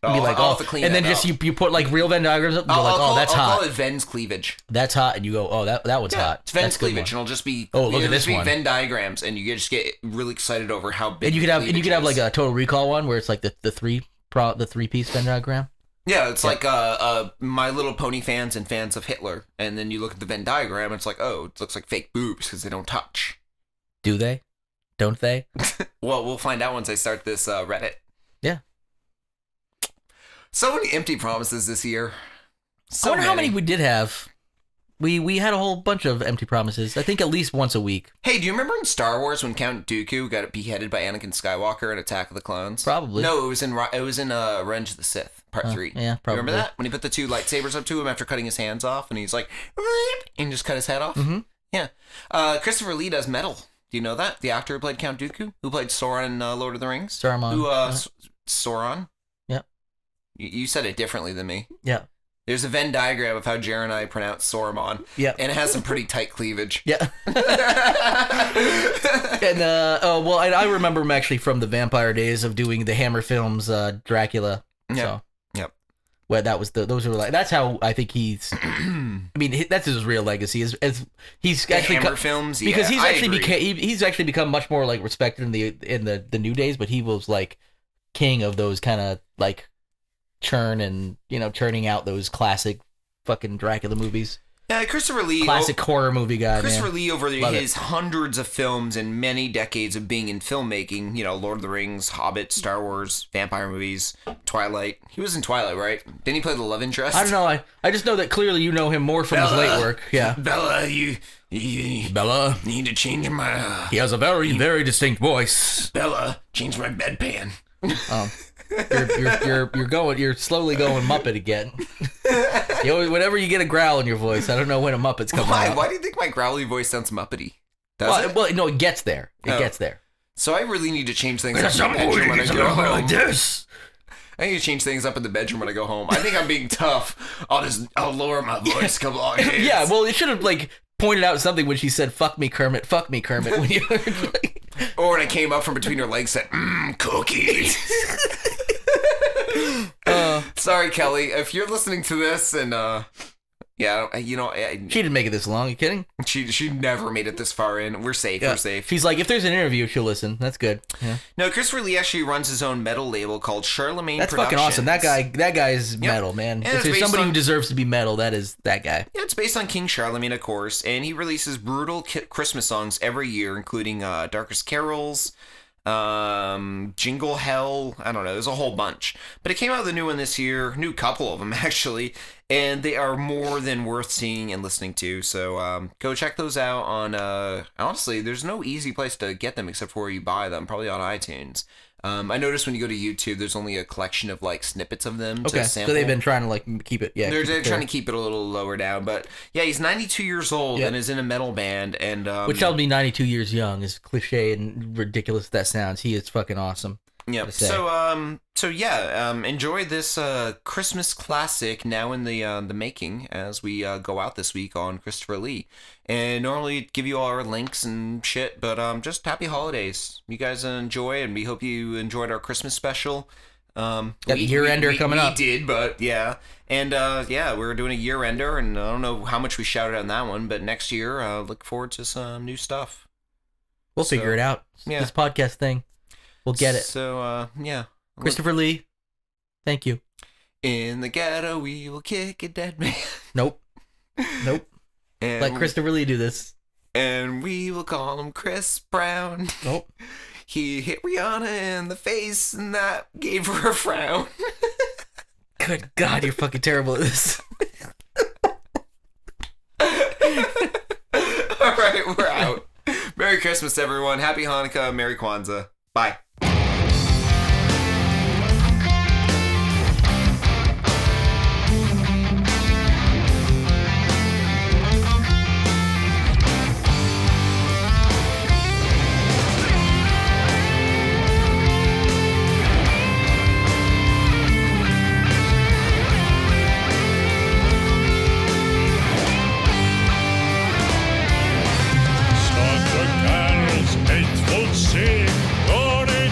Speaker 1: I'll,
Speaker 2: be like,
Speaker 1: I'll
Speaker 2: oh,
Speaker 1: have to clean
Speaker 2: and
Speaker 1: that
Speaker 2: then just
Speaker 1: up.
Speaker 2: you, you put like real Venn diagrams up. And
Speaker 1: I'll,
Speaker 2: you're like,
Speaker 1: I'll
Speaker 2: oh,
Speaker 1: call,
Speaker 2: that's
Speaker 1: I'll
Speaker 2: hot.
Speaker 1: call it Ven's cleavage.
Speaker 2: That's hot, and you go, oh, that that one's hot.
Speaker 1: it's Ven's
Speaker 2: That's a good one.
Speaker 1: cleavage, and it'll just be
Speaker 2: Oh, look
Speaker 1: it'll
Speaker 2: at
Speaker 1: just
Speaker 2: this
Speaker 1: be
Speaker 2: one.
Speaker 1: Venn diagrams, and you just get really excited over how big.
Speaker 2: And you
Speaker 1: the
Speaker 2: could have and you
Speaker 1: cleavage
Speaker 2: could have
Speaker 1: is.
Speaker 2: like a Total Recall one where it's like the the three pro the three piece Venn diagram.
Speaker 1: yeah, it's like uh, uh, My Little Pony fans and fans of Hitler, and then you look at the Venn diagram, and it's like, oh, it looks like fake boobs because they don't touch.
Speaker 2: Do they? Don't they?
Speaker 1: Well, we'll find out once I start this uh, Reddit.
Speaker 2: Yeah.
Speaker 1: So many empty promises this year.
Speaker 2: I
Speaker 1: So
Speaker 2: wonder how many we did have. We we had a whole bunch of empty promises. I think at least once a week,
Speaker 1: Hey, do you remember in Star Wars when Count Dooku got beheaded by Anakin Skywalker in Attack of the Clones?
Speaker 2: probably.
Speaker 1: No, it was in Ri- it was in uh, Revenge of the Sith Part
Speaker 2: Uh,
Speaker 1: Three.
Speaker 2: yeah,
Speaker 1: You
Speaker 2: probably.
Speaker 1: remember that when he put the two lightsabers up to him after cutting his hands off, and he's like, "Rip," and just cut his head off.
Speaker 2: Mhm.
Speaker 1: Yeah. Uh, Christopher Lee does metal. Do you know that the actor who played Count Dooku, who played Sauron in uh, Lord of the Rings?
Speaker 2: Saruman.
Speaker 1: Who uh,
Speaker 2: Yeah.
Speaker 1: S- Sauron?
Speaker 2: Yep.
Speaker 1: You, you said it differently than me.
Speaker 2: Yeah.
Speaker 1: There's a Venn diagram of how Jer and I pronounce Soramon.
Speaker 2: Yep.
Speaker 1: And it has some pretty tight
Speaker 2: [LAUGHS]
Speaker 1: cleavage. [LAUGHS]
Speaker 2: Yeah. and uh, oh well, and I remember him actually from the vampire days of doing the Hammer films, uh, Dracula.
Speaker 1: Yep.
Speaker 2: So.
Speaker 1: Yep.
Speaker 2: Well, that was the those were like that's how I think [CLEARS THROAT] he's. I mean, hi- that's his real legacy. Is as he's
Speaker 1: The
Speaker 2: actually
Speaker 1: Hammer
Speaker 2: co-
Speaker 1: films. Yeah,
Speaker 2: because he's
Speaker 1: I
Speaker 2: actually
Speaker 1: agree.
Speaker 2: became he, he's actually become much more like respected in the in the the new days, but he was like king of those kind of like churn and you know churning out those classic fucking Dracula movies,
Speaker 1: Yeah, Christopher Lee. oh,
Speaker 2: classic horror movie guy.
Speaker 1: Christopher
Speaker 2: man.
Speaker 1: Lee, over the,
Speaker 2: Love it.
Speaker 1: his hundreds of films and many decades of being in filmmaking, you know, Lord of the Rings, Hobbit, Star Wars, vampire movies, Twilight. He was in Twilight, right? Didn't he play the love interest?
Speaker 2: I don't know. I, I just know that clearly you know him more from his late work. Yeah.
Speaker 1: Bella, you, you
Speaker 2: Bella,
Speaker 1: need to change my uh,
Speaker 2: he has a very, very distinct voice.
Speaker 1: Bella, change my bedpan.
Speaker 2: Um, you're, you're, you're, you're going, you're slowly going Muppet again. [LAUGHS] you always, whenever you get a growl in your voice, I don't know when a Muppet's
Speaker 1: [LAUGHS]
Speaker 2: coming
Speaker 1: Why?
Speaker 2: out.
Speaker 1: Why do you think my growly voice sounds muppety? Does
Speaker 2: well,
Speaker 1: it?
Speaker 2: it- well, no, it gets there. It
Speaker 1: Oh. [LAUGHS]
Speaker 2: gets there.
Speaker 1: So I really need to change things up
Speaker 4: There's
Speaker 1: in the
Speaker 4: some
Speaker 1: bedroom when I
Speaker 4: ladies
Speaker 1: go
Speaker 4: that are
Speaker 1: home.
Speaker 4: like this.
Speaker 1: I need to change things up in the bedroom when I go home. I think I'm being tough. I'll just I'll lower my voice. Come
Speaker 2: [LAUGHS]
Speaker 1: on, kids.
Speaker 2: Yeah, well, it should have like pointed out something when she said "fuck me, Kermit, fuck me, Kermit." When you [LAUGHS]
Speaker 1: Or when I came up from between her legs, said, "Mmm,
Speaker 2: [LAUGHS]
Speaker 1: cookies."
Speaker 2: uh,
Speaker 1: Sorry, Kelly, if you're listening to this, and uh, yeah, I don't- you know, I,
Speaker 2: she didn't make it this long. you kidding?
Speaker 1: she she never made it this far in. We're safe. We're safe.
Speaker 2: She's like, if there's an interview, she'll listen. That's good. Yeah.
Speaker 1: No, Christopher Lee actually runs his own metal label called Charlemagne.
Speaker 2: That's fucking awesome. That
Speaker 1: Productions.
Speaker 2: guy, that guy's metal, man.
Speaker 1: it's
Speaker 2: if there's
Speaker 1: based
Speaker 2: somebody
Speaker 1: on-
Speaker 2: who deserves to be metal, that is that guy.
Speaker 1: Yeah, it's based on King Charlemagne, of course, and he releases brutal ki- Christmas songs every year, including uh, Darkest Carols, um, Jingle Hell. I don't know, there's a whole bunch. But it came out with a new one this year, new couple of them [LAUGHS] actually, and they are more than worth seeing and listening to. So um, go check those out on. Uh, honestly, there's no easy place to get them except for where you buy them, probably on iTunes. Um, I noticed when you go to YouTube, there's only a collection of like snippets of them.
Speaker 2: Okay,
Speaker 1: to
Speaker 2: so
Speaker 1: sample.
Speaker 2: they've been trying to like keep it. Yeah,
Speaker 1: They're,
Speaker 2: keep
Speaker 1: they're
Speaker 2: it
Speaker 1: trying to
Speaker 2: fair.
Speaker 1: keep it a little lower down, but yeah, he's 92 years old
Speaker 2: Yeah.
Speaker 1: and is in a metal band, and um,
Speaker 2: Which tells me 92 years young is cliche and ridiculous that sounds. He is fucking awesome.
Speaker 1: yeah.
Speaker 2: to say.
Speaker 1: So um, so yeah, um, enjoy this uh Christmas classic now in the uh, the making as we uh, go out this week on Christopher Lee, and normally give you all our links and shit, but um, just happy holidays, you guys enjoy, and we hope you enjoyed our Christmas special. Um,
Speaker 2: Got the year ender
Speaker 1: we-
Speaker 2: coming
Speaker 1: we
Speaker 2: up.
Speaker 1: did, but yeah, and uh, yeah, we're doing a year ender, and I don't know how much we shouted on that one, but next year, uh, look forward to some new stuff.
Speaker 2: We'll
Speaker 1: So,
Speaker 2: figure it out.
Speaker 1: yeah.
Speaker 2: This podcast thing, we'll get it.
Speaker 1: So uh, yeah,
Speaker 2: Christopher Lee, thank you.
Speaker 1: in the ghetto we will kick a dead man, [LAUGHS]
Speaker 2: Nope, nope.
Speaker 1: and
Speaker 2: Let Christopher Lee do this.
Speaker 1: and we will call him Chris Brown. [LAUGHS]
Speaker 2: Nope.
Speaker 1: He hit Rihanna in the face, and that gave her a frown. [LAUGHS]
Speaker 2: Good God, you're fucking terrible at this.
Speaker 1: all right, we're out. Merry Christmas, everyone. Happy Hanukkah. Merry Kwanzaa. Bye.
Speaker 5: Santa Claus, faithful sing, glory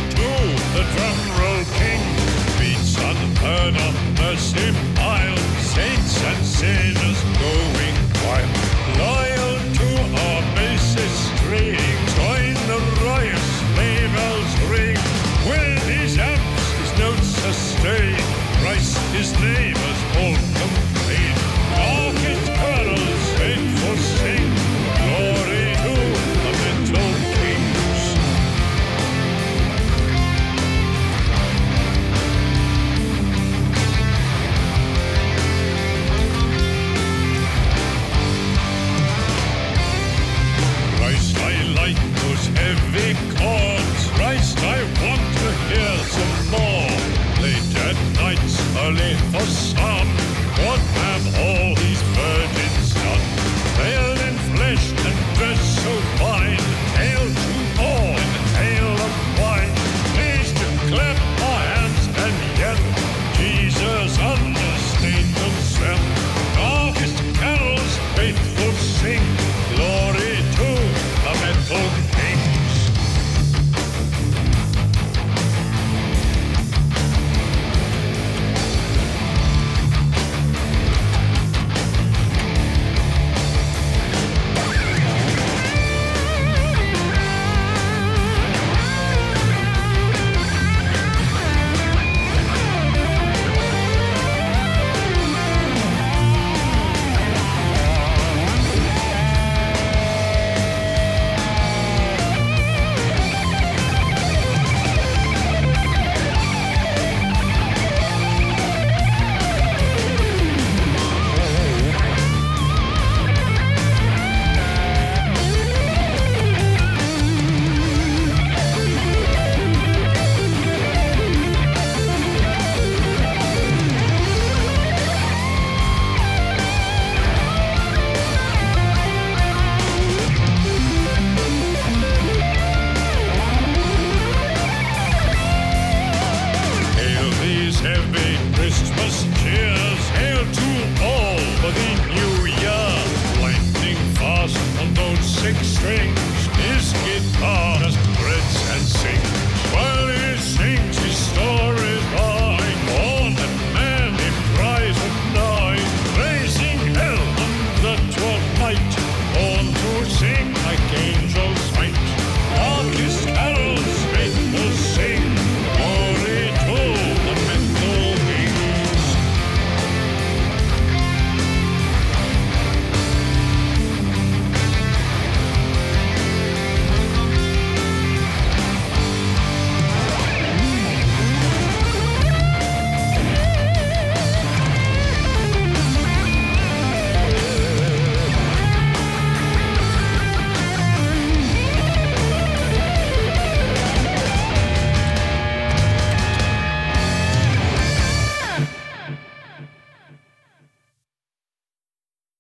Speaker 5: sings his guitar and spreads and sings. While he sings his stories line, on and man he cries at night, raising hell on the twelfth night. On to sing like angels